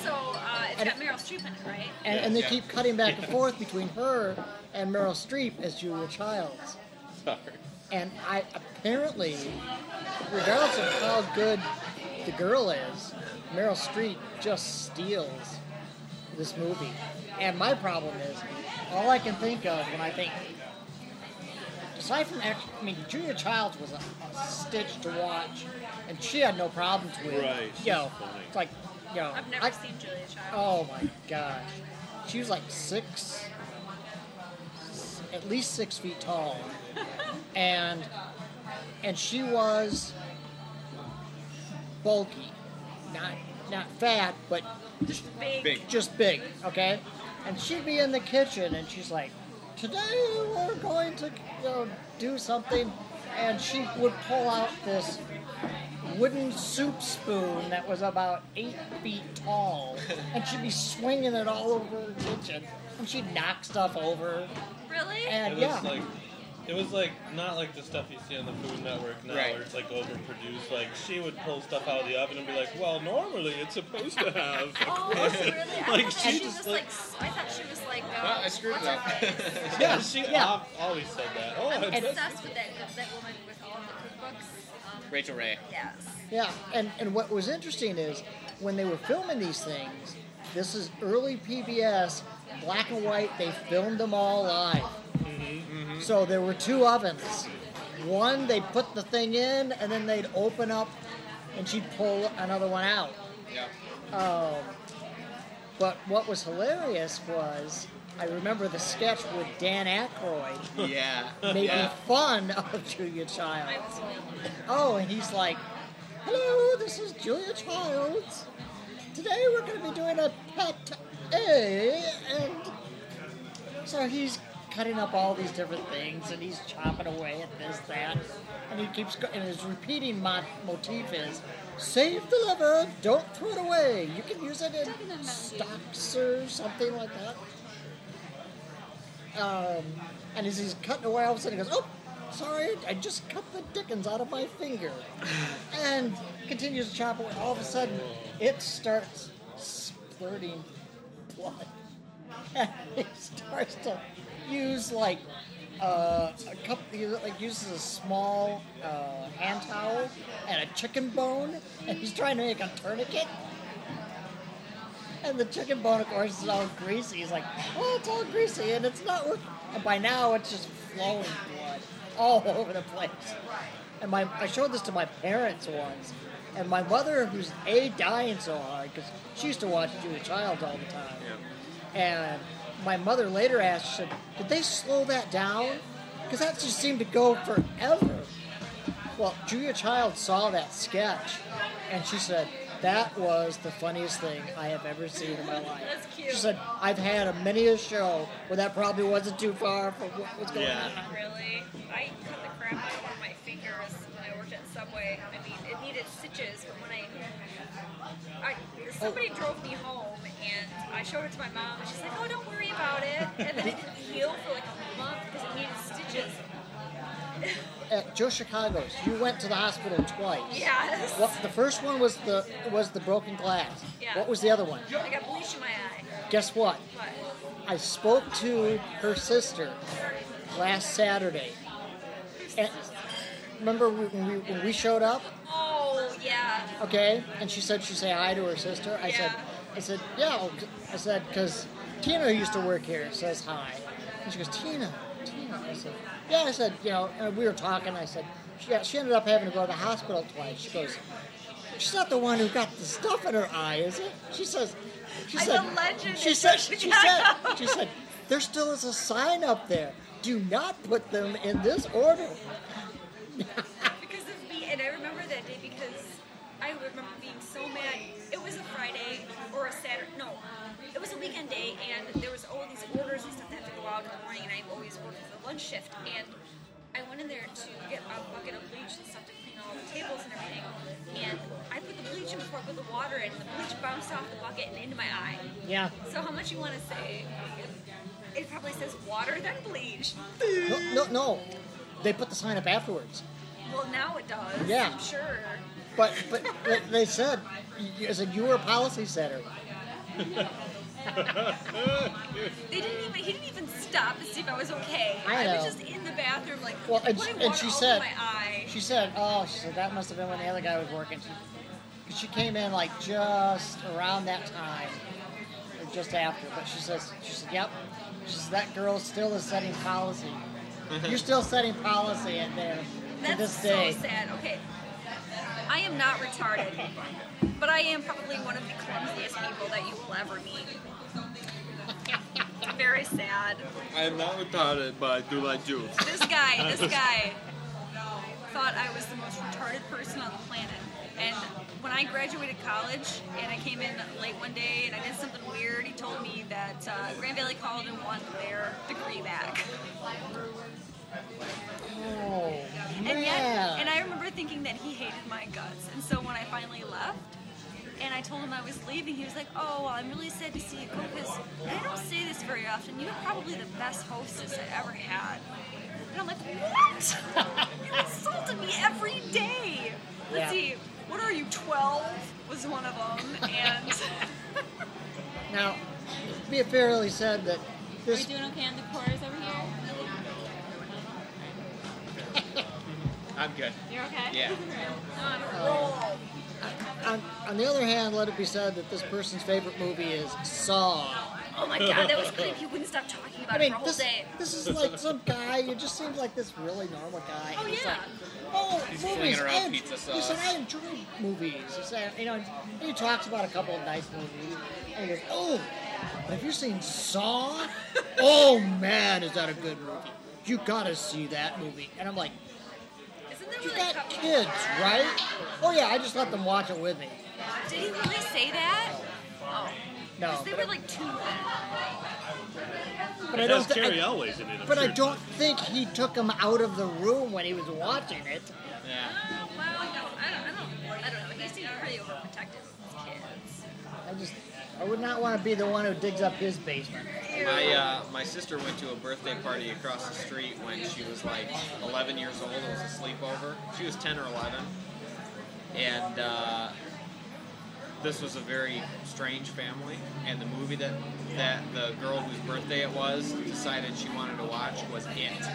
So uh, it's And- got Meryl Streep in it, right? And, and they [laughs] Yeah. keep cutting back and forth between her and Meryl Streep as Julia Childs. sorry. And I apparently, regardless of how good the girl is, Meryl Streep just steals this movie. And my problem is, all I can think of when I think, aside from, act- I mean, Julia Childs was a, a stitch to watch, and she had no problems with. Right, she's You know, funny. it's like, you know, I've never I- seen Julia Child. Oh my gosh. She was like six, at least six feet tall. And and she was bulky. Not not fat, but Just big. Big. just big, okay? And she'd be in the kitchen and she's like, Today we're going to you know, do something and she would pull out this wooden soup spoon that was about eight feet tall and she'd be swinging it all over the kitchen and she'd knock stuff over Really? Oh. and It yeah was like, it was like not like the stuff you see on the Food Network now, Right. where it's like overproduced. Like she would pull stuff out of the oven and be like, "Well, normally it's supposed to have." [laughs] Oh, really? I Like, thought she she just was like- like, s- I thought she was like, uh, Well, I screwed what's up. her face? Yeah, she yeah. al- always said that. Oh, I'm it's just- obsessed with that, that woman with all the cookbooks. Um, Rachel Ray. yes. Yeah, and, and what was interesting is when they were filming these things, this is early PBS, black and white, they filmed them all live. So there were two ovens. One, they'd put the thing in, and then they'd open up, and she'd pull another one out. Um, Yeah. But what was hilarious was I remember the sketch with Dan Aykroyd Yeah. [laughs] making yeah. fun of Julia I Child. was like, Oh, and he's like, "Hello, this is Julia Childs. Today we're going to be doing a pet A." And so he's cutting up all these different things, and he's chopping away at this, that, and he keeps go- and his repeating mo- motif is, "Save the liver, don't throw it away. You can use it in stocks or something like that." Um, and as he's cutting away, all of a sudden he goes, "Oh, sorry, I just cut the dickens out of my finger," and continues to chop away. All of a sudden, it starts splurting blood. [laughs] And he starts to use like uh, a couple, he, like uses a small uh, hand towel and a chicken bone, and he's trying to make a tourniquet. And the chicken bone, of course, is all greasy. He's like, "Oh, it's all greasy, and it's not working." And by now, it's just flowing blood all [laughs] over the place. And my, I showed this to my parents once, and my mother, who's a dying so hard because she used to watch it as a child all the time. And my mother later asked, she said, "Did they slow that down? Because that just seemed to go forever." Well, Julia Child saw that sketch, and she said that was the funniest thing I have ever seen in my life. [laughs] That's cute. She said I've had a many a show where that probably wasn't too far from what was going Yeah. on. Um, Really? I cut the crap out of one of my fingers when I worked at Subway. I mean, it needed stitches from when I. I somebody drove me home and I showed it to my mom and she's like, oh, don't worry about it. And then it didn't heal for like a month because it needed stitches. At Joe Chicago's, you went to the hospital twice. Yes. What the first one was the was the broken glass. Yeah. What was the other one? I got bleach in my eye. Guess what? But I spoke to her sister last Saturday. And remember we- when we, when we showed up? oh yeah, Okay, and she said she'd say hi to her sister. I said, Yeah. I said, yeah. I'll- I said because Tina who used to work here says hi, and she goes, Tina, Tina. I said, yeah. I said, you know, and we were talking. I said, she, yeah, she ended up having to go to the hospital twice. She goes, she's not the one who got the stuff in her eye, is it? She says, she I'm said, a legend she in said, South she said, Chicago. she said, there still is a sign up there. Do not put them in this order. because of me. And I remember that day because I remember being so mad. It was a Friday or a Saturday. No, it was a weekend day, and there was all these orders and stuff that had to go out in the morning. And I always worked the lunch shift, and I went in there to get a bucket of bleach and stuff to clean all the tables and everything. And I put the bleach in before I put the water in. The bleach bounced off the bucket and into my eye. Yeah. So how much you want to say? It probably says water then bleach. No, no, no. They put the sign up afterwards. Well, now it does. Yeah. I'm sure. But but they- they said, I said you were a policy setter. They didn't even. He didn't even stop to see if I was okay. I know. was just in the bathroom, like Well, and, putting and water she over said, my eye. she said, oh, she said that must have been when the other guy was working. She, 'cause she came in like just around that time, or just after. But she says, she said, yep. She says that girl still is setting policy. You're still setting policy in there to That's this so day. sad. Okay, I am not retarded, but I am probably one of the clumsiest people that you will [laughs] ever meet. Very sad. I am not retarded, but I do like jokes. This guy, [laughs] this guy, thought I was the most retarded person on the planet. And when I graduated college and I came in late one day and I did something weird, he told me that uh, Grand Valley College won their degree back. Oh And yet, man. and I remember thinking that he hated my guts. And so when I finally left, and I told him I was leaving, he was like, "Oh, well, I'm really sad to see you go because I don't say this very often. You're probably the best hostess I ever had." And I'm like, "What? [laughs] you insulted me every day." Let's Yeah. see. What are you? Twelve was one of them, [laughs] and now, be fairly said that Are this we doing okay on the chorus over here? I'm good. You're okay? [laughs] Yeah. On, on the other hand, let it be said that this person's favorite movie is Saw. oh my god, that was creepy. You wouldn't stop talking about I it mean, for a whole this, day. this is like some guy. It just seems like this really normal guy. Oh and he's yeah. like, oh, movies. flinging around I, pizza He said, sauce. I enjoy movies. He said, you know, and he talks about a couple of nice movies, and he goes, oh, but have you seen [laughs] Saw? oh man, is that a good movie? You gotta see that movie. And I'm like, Isn't that you really got couple- kids, right? Oh yeah, I just let them watch it with me. Did he really say that? Oh. No, 'Cause they were like two then. but I It don't. has thi- I- Carrie Elways in it. I'm But I sure. don't think he took him out of the room when he was watching it. Yeah. Oh, wow. No, I don't, I don't, I don't know. He seemed pretty overprotective of his kids. I just, I I would not want to be the one who digs up his basement. My uh, my sister went to a birthday party across the street when she was like 11 years old. It was a sleepover. She was 10 or 11, and uh, this was a very strange family. And the movie that that the girl whose birthday it was decided she wanted to watch was It.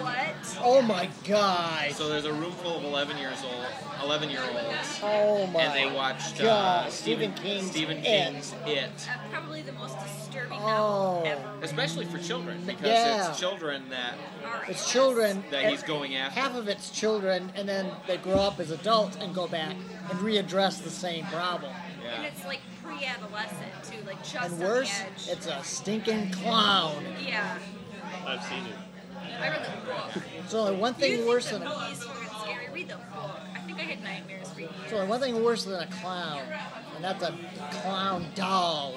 What? Oh my god! So there's a room full of 11 years old, 11 year olds, Oh my. and they watched uh, God, Stephen King's Stephen It. King's It. Uh, probably the most Oh. disturbing novel ever. especially for children because Yeah. it's children that All right. It's children. that and he's going after. Half of it's children, and then they grow up as adults and go back and readdress the same problem. And Yeah. it's like pre-adolescent too, like just And on worse, the edge. it's a stinking clown. yeah. I've seen it. I read the book. It's only one you thing think worse the than a, movies were scary? Read the book. I think I had nightmares for years. it's only one thing worse than a clown, and that's a clown doll.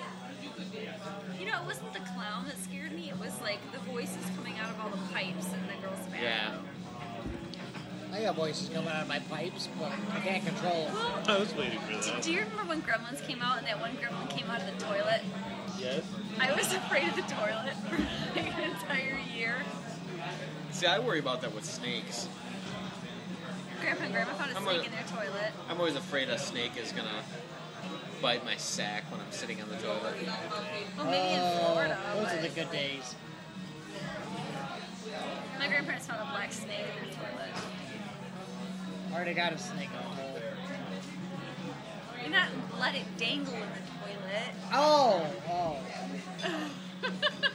You know, it wasn't the clown that scared me. It was like the voices coming out of all the pipes in the girl's bathroom. Yeah. I got voices coming out of my pipes, but I can't control them. Well, I was waiting for that. do you remember when Gremlins came out and that one gremlin came out of the toilet? Yes. I was [laughs] afraid of the toilet for like an entire year. See, I worry about that with snakes. Grandpa and Grandma found a I'm snake a- in their toilet. I'm always afraid a snake is gonna bite my sack when I'm sitting on the toilet. Well, maybe in Florida. Oh, those are the but good days. My grandparents found a black snake in their toilet. Already got a snake on hold. You're not let it dangle in the toilet. Oh, oh. [laughs]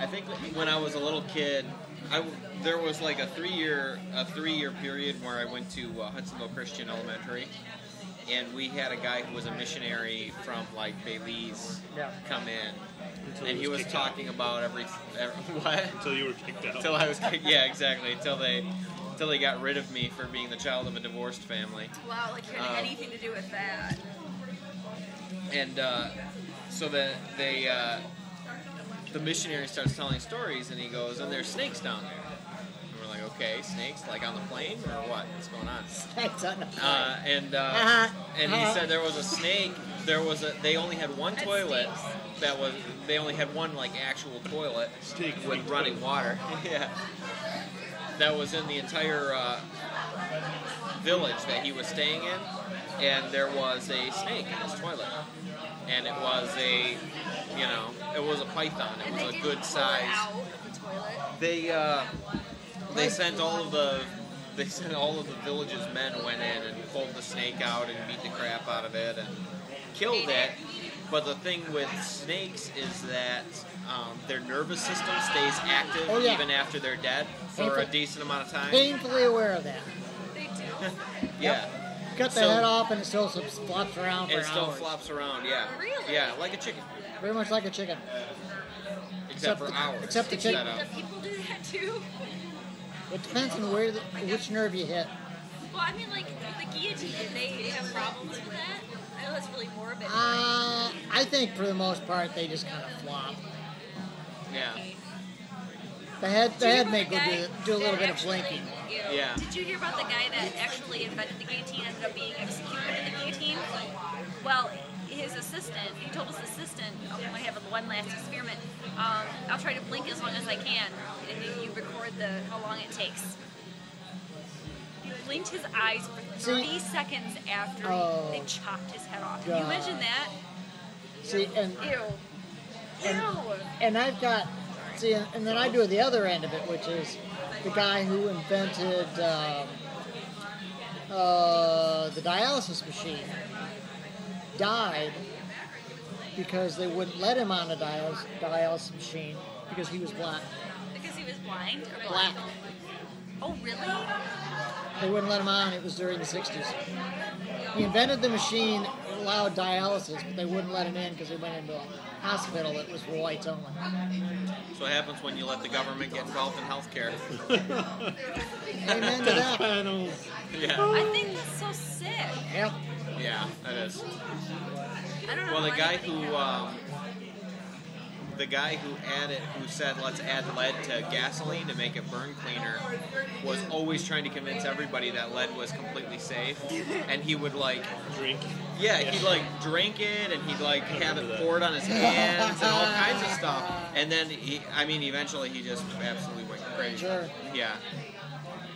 I think when I was a little kid, I there was like a three year a three year period where I went to uh, Hudsonville Christian Elementary, and we had a guy who was a missionary from like Belize Yeah. come in, he and he was was kicked out. talking about every, every [laughs] what. Until you were kicked out. Till I was, kicked- yeah, exactly. Till they, till they got rid of me for being the child of a divorced family, Wow, like you had Um, anything to do with that. and uh, so that they, uh, the missionary starts telling stories, and he goes, "And there's snakes down there." And we're like, "Okay, snakes, like on the plane or what? What's going on?" Snakes on the Uh, and uh, Uh-huh. and he Uh-huh. said there was a snake. There was a. They only had one That's toilet. snakes. That was. They only had one like actual toilet Snake with free running water. yeah. That was in the entire uh, village that he was staying in, and there was a snake in his toilet, and it was a, you know, it was a python. It And they was a didn't good pull size it out of the toilet. they uh, they sent all of the they sent all of the village's men went in and pulled the snake out and beat the crap out of it and killed it. But the thing with snakes is that um, their nervous system stays active Oh, yeah. even after they're dead for a Painful. decent amount of time. Painfully aware of that. They do. Yeah, Cut the So- head off and it still flops around for it still hours. flops around. Yeah, Really? yeah, like a chicken, Very much like a chicken. except, Except for the- hours. except the Check chicken. that Do out. people do that too? It depends on where the, which nerve you hit. Well, I mean, like the guillotine, did they have problems with that? I know that's really morbid. Uh, I think for the most part they just kind of flop. Yeah, The head, the Did you hear head about may go guy do, do a little that bit of actually- blinking. Ew. Yeah. Did you hear about the guy that actually invented the guillotine ended up being executed in the guillotine? Well, his assistant, he told his assistant, "Oh, I'm going to have one last experiment. Um, I'll try to blink as long as I can, and then you record the how long it takes. He blinked his eyes for 30 See- seconds after Oh. they chopped his head off. Can you God. imagine that? See, and Ew. And- Ew. and I've got see, and then I do the other end of it, which is the guy who invented um, uh, the dialysis machine died because they wouldn't let him on a dialysis, dialysis machine because he was black. Because he was blind or Black. Oh, really? They wouldn't let him on. It was during the 60s. He invented the machine, that allowed dialysis, but they wouldn't let him in because he went into a hospital that was for whites only. that's what happens when you let the government get involved in healthcare. [laughs] Amen to that. Panels. Yeah, Oh. I think that's so sick. Yep. yeah, that is. I don't know. Well, the why guy anybody who would. um, the guy who added who said let's add lead to gasoline to make it burn cleaner was always trying to convince everybody that lead was completely safe, and he would like Drink. yeah, he'd like drink it and he'd like have remember it that. poured on his hands and all kinds of stuff. And then he, I mean, eventually he just absolutely went crazy. Sure. Yeah.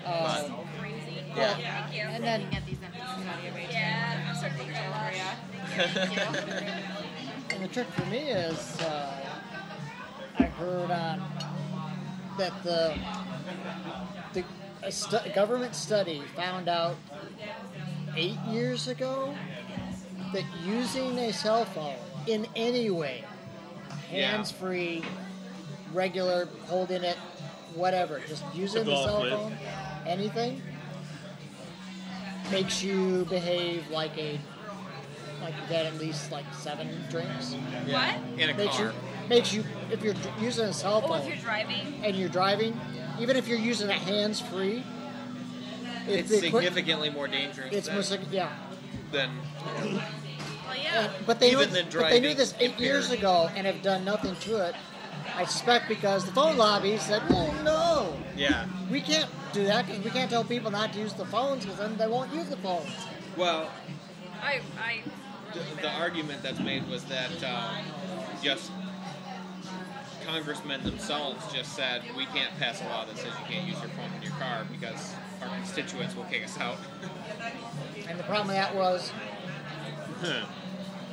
Uh, But- Crazy. Yeah. [laughs] Thank you. And then- Looking at these empties out of your way, too. Yeah, I'm starting to think about Over ya. that. And the trick for me is, uh, I heard on that the the a stu- government study found out eight years ago that using a cell phone in any way, Yeah. hands-free, regular, holding it, whatever, just using the Golf cell with. phone, anything, makes you behave like a like you've had at least like seven drinks. Yeah. In a Makes car. you makes you if you're dr- using a cell Oh, phone if you're driving, and you're driving, even if you're using a hands free, It's significantly more dangerous It's than, more sig- yeah. than well, yeah. And- but they Even knew, the but they knew driving this eight impaired. years ago and have done nothing to it. I suspect because the phone lobby said, "Well, no, yeah. we can't do that because we can't tell people not to use the phones because then they won't use the phones." Well, I, I the, really the bad. argument that's made was that um, just congressmen themselves just said we can't pass a law that says you can't use your phone in your car because our constituents will kick us out. And the problem with that was,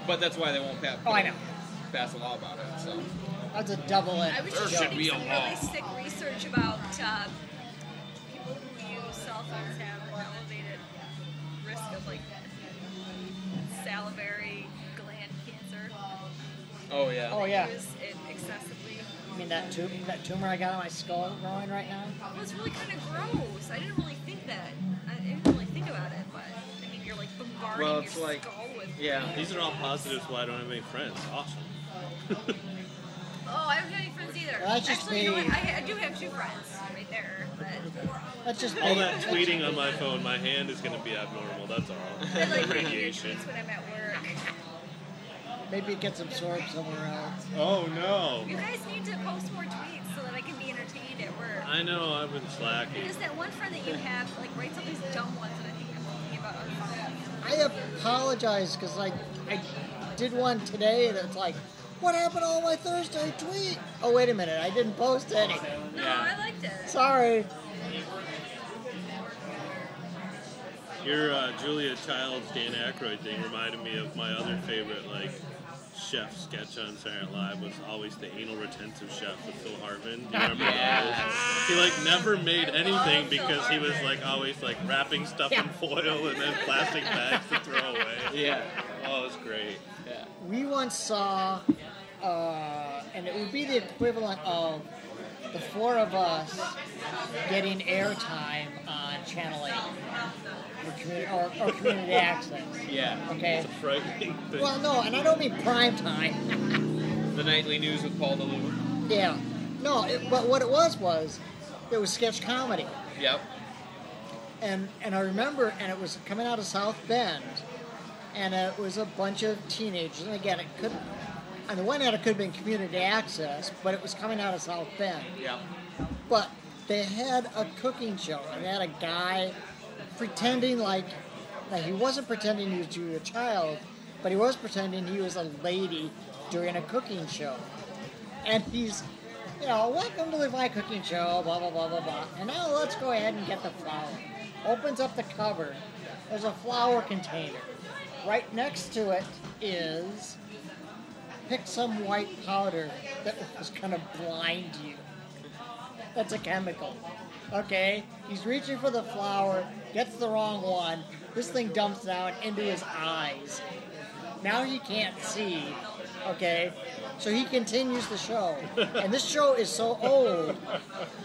But that's why they won't pass. oh, I know, Pass a law about it. So. that's a double-edged. I was There just should reading be a some law. really sick research about uh, people who use cell phones have an elevated risk of like salivary gland cancer. Oh yeah. Oh yeah, Use it excessively. I mean that tumor, that tumor I got on my skull growing right now. Well, it's really kind of gross. I didn't really think that. I didn't really think about it, but I mean, you're like bombarding Well, it's your like- skull with. Yeah. These are all positives. Why I don't have any friends? Awesome. Oh, I don't have any friends either. Well, that's just Actually, you know me. what? I, I do have two friends right there. But That's just All that tweeting on my phone, my hand is going to be abnormal. That's all. I [laughs] like reading your Radiation. tweets when I'm at work. Maybe it gets absorbed somewhere else. Oh no! You guys need to post more tweets so that I can be entertained at work. I know I've been slacking. Because that one friend that you have, like, writes all these dumb ones that I think I'm thinking about. unfollowing. I apologize because like I did one today and it's like, what happened to all my Thursday tweet? Oh wait a minute, I didn't post any. No, Yeah. I liked it. Sorry. Your uh, Julia Child's Dan Aykroyd thing reminded me of my other favorite like chef sketch on Saturday Night Live was always the anal retentive chef with Phil Hartman. Do you remember those? He like never made anything because he was like always like wrapping stuff in foil and then plastic bags to throw away. Yeah. Oh, it's great. Yeah. We once saw, uh, and it would be the equivalent of the four of us getting airtime on Channel 8 or, commu- or, or Community Access. Yeah. Okay? [laughs] It's a frightening thing. Well, no, and I don't mean prime time. The nightly news with Paul DeLuca. Yeah. No, it, but what it was was it was sketch comedy, Yep. and and I remember, and it was coming out of South Bend, and it was a bunch of teenagers, and again, it could. On the one hand, it could have been community access, but it was coming out of South Bend. Yep. But they had a cooking show, and they had a guy pretending like, like he wasn't pretending he was Julia Child, but he was pretending he was a lady during a cooking show. And he's, you know, welcome to the My Cooking Show, blah, blah, blah, blah, blah. And now let's go ahead and get the flour. Opens up the cupboard, there's a flour container. Right next to it is pick some white powder that was going to blind you. That's a chemical. Okay? He's reaching for the flower, gets the wrong one. This thing dumps down into his eyes. Now he can't see. Okay? So he continues the show. And this show is so old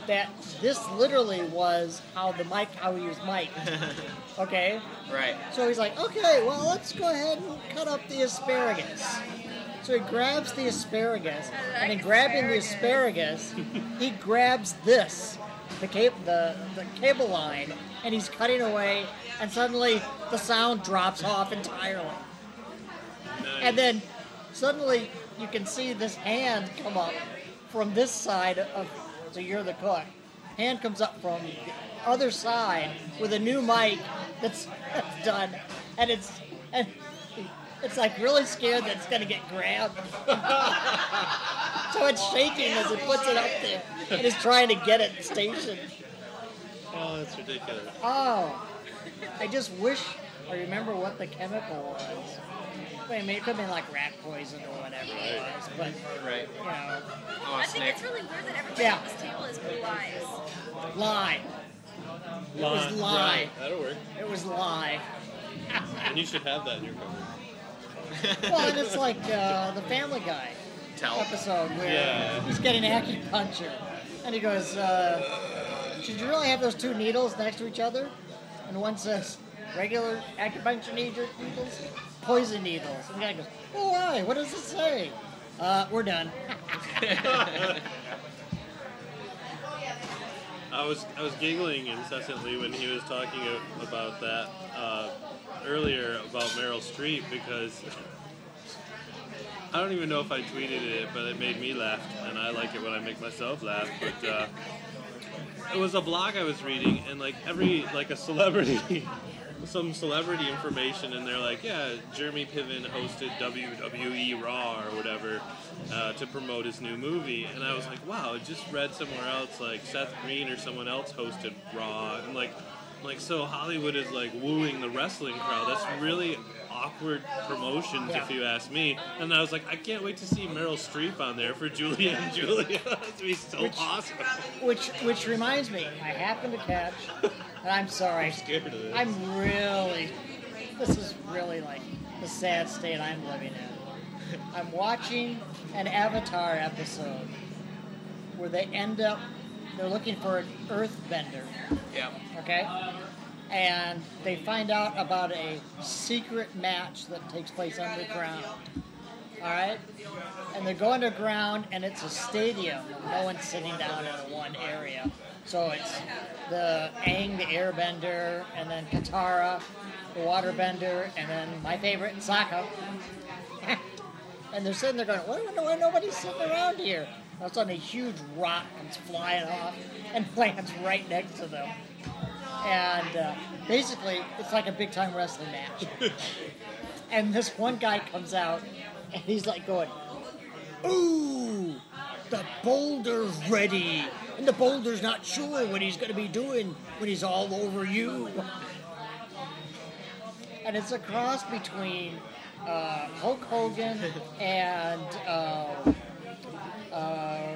that this literally was how the mic how he was mic. Okay? Right. So he's like, okay, well, let's go ahead and cut up the asparagus. So he grabs the asparagus, and in grabbing the asparagus, he grabs this, the, cable, the, the cable line, and he's cutting away, and suddenly the sound drops off entirely. Nice. And then suddenly you can see this hand come up from this side of. So you're the cook. Hand comes up from the other side with a new mic that's, that's done, and it's and it's like really scared that it's gonna get grabbed. [laughs] so it's shaking as it puts it up there. It is trying to get it stationed. Oh, that's ridiculous. Oh, I just wish I remember what the chemical was. I mean, it could have been like rat poison or whatever it was, but Right. you know, Oh, I a think snake. it's really weird that everybody Yeah. at this table is blue eyes. lie. It was lie. That'll work. It was lie. And you should have that in your cover. Well, and it's like uh, the Family Guy Tell. episode where Yeah. he's getting acupuncture, and he goes, uh, "Should you really have those two needles next to each other?" And one says, "Regular acupuncture needle- needles, poison needles." And the guy goes, "Oh, why? What does it say?" Uh, we're done. I was I was giggling incessantly when he was talking a- about that uh, earlier about Meryl Streep because I don't even know if I tweeted it, but it made me laugh, and I like it when I make myself laugh. But uh, it was a blog I was reading, and like every like a celebrity. [laughs] Some celebrity information, and they're like, "Yeah, Jeremy Piven hosted WWE Raw or whatever uh, to promote his new movie," and I was like, "Wow!" I just read somewhere else, like Seth Green or someone else hosted Raw, and like, like so Hollywood is like wooing the wrestling crowd. That's really awkward promotions, if Yeah. you ask me. And I was like, I can't wait to see Meryl Streep on there for Julia and Julia. [laughs] That'd be so Which- awesome. [laughs] Which, which reminds me, I happened to catch, and I'm sorry. Scared of this. I'm really. This is really like the sad state I'm living in. I'm watching an Avatar episode where they end up. They're looking for an earthbender, Yep. okay? And they find out about a secret match that takes place underground. All right? And they go underground, and it's a stadium. No one's sitting down in one area. So it's the Aang, the airbender, and then Katara, the waterbender, and then my favorite, Sokka. [laughs] and they're sitting there going, why, why, why nobody's sitting around here? All of a sudden, a huge rock comes flying off and [laughs] lands right next to them. And uh, basically, it's like a big time wrestling match and this one guy comes out and he's like going, Ooh, the boulder's ready. And the boulder's not sure what he's going to be doing when he's all over you. And it's a cross between uh, Hulk Hogan and uh, uh,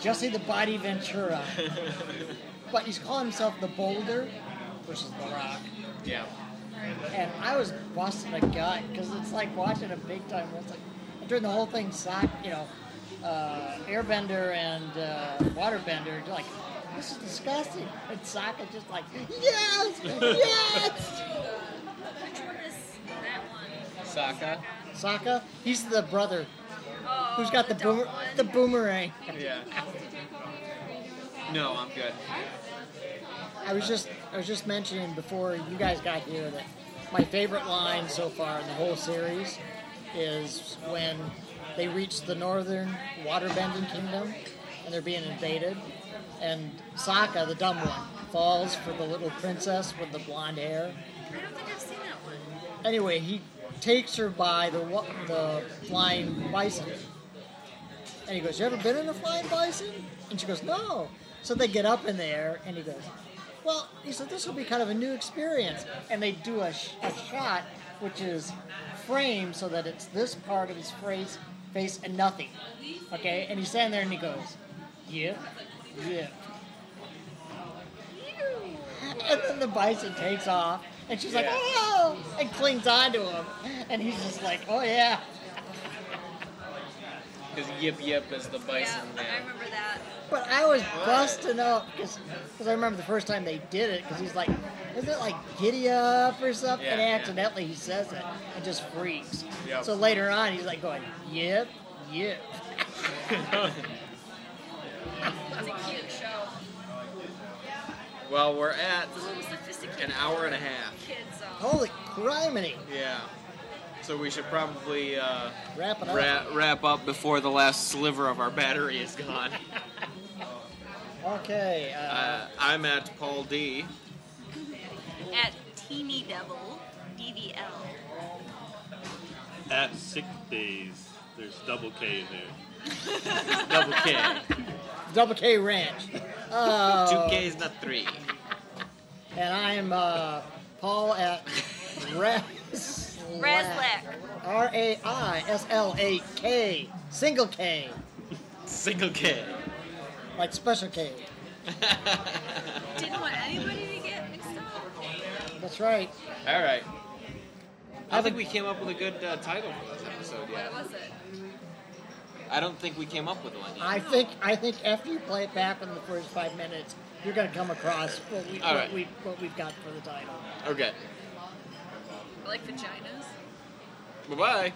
Jesse the Body Ventura. But he's calling himself the Boulder versus The Rock. Yeah. And I was busting a gut because it's like watching a big time wrestling. During the whole thing, sock, you know, uh, Airbender and uh, Waterbender, like, this is disgusting. And Sokka just like, yes, yes. [laughs] Which one is that one? Sokka. Sokka, he's the brother Oh, who's got the dumb boomer, one. the boomerang. Yeah. Did you drink over here? Are you doing okay? No, I'm good. I was just, I was just mentioning before you guys got here that my favorite line so far in the whole series is when they reach the northern waterbending kingdom and they're being invaded, and Sokka, the dumb one, falls for the little princess with the blonde hair. I don't think I've seen that one. Anyway, he takes her by the wa- the flying bison, and he goes, "You ever been in a flying bison?" And she goes, "No." So they get up in there, and he goes, "Well," he said, "This will be kind of a new experience." And they do a, sh- a shot, which is framed so that it's this part of his face, face and nothing. Okay, and he's standing there, and he goes, "Yep, yep." And then the bison takes off, and she's like, Yeah. "Oh!" and clings onto him, and he's just like, "Oh yeah." Because Yip Yip is the bison yeah, I man. remember that. But I was busting up because I remember the first time they did it because he's like, is it like giddy up or something? Yeah, and yeah. accidentally he says it and just freaks. Yep. So later on he's like going, yep, yep. It's a cute show. Well, we're at It's a little sophisticated an hour and a half. kids. Um, Holy criminy! Yeah. So we should probably uh, Wrap it up. wrap, wrap up before the last sliver of our battery is gone. Okay. Uh, Uh, I'm at Paul D. At Teeny Devil DVL. At sick days, there's double K in there. Double K. Double K [laughs] Ranch. Uh, Two K's, not three. And I'm uh, Paul [laughs] at Raz. Raslack. R A I S L A K. Single K. Single K. Like special K. Didn't want anybody to get mixed up. That's right. All right. I Have don't think a- we came up with a good uh, title for this episode yet. What was it? I don't think we came up with one yet. I think I think after you play it back in the first five minutes, you're gonna come across what we All what right. we what we've got for the title. Okay. Like vaginas? Bye bye.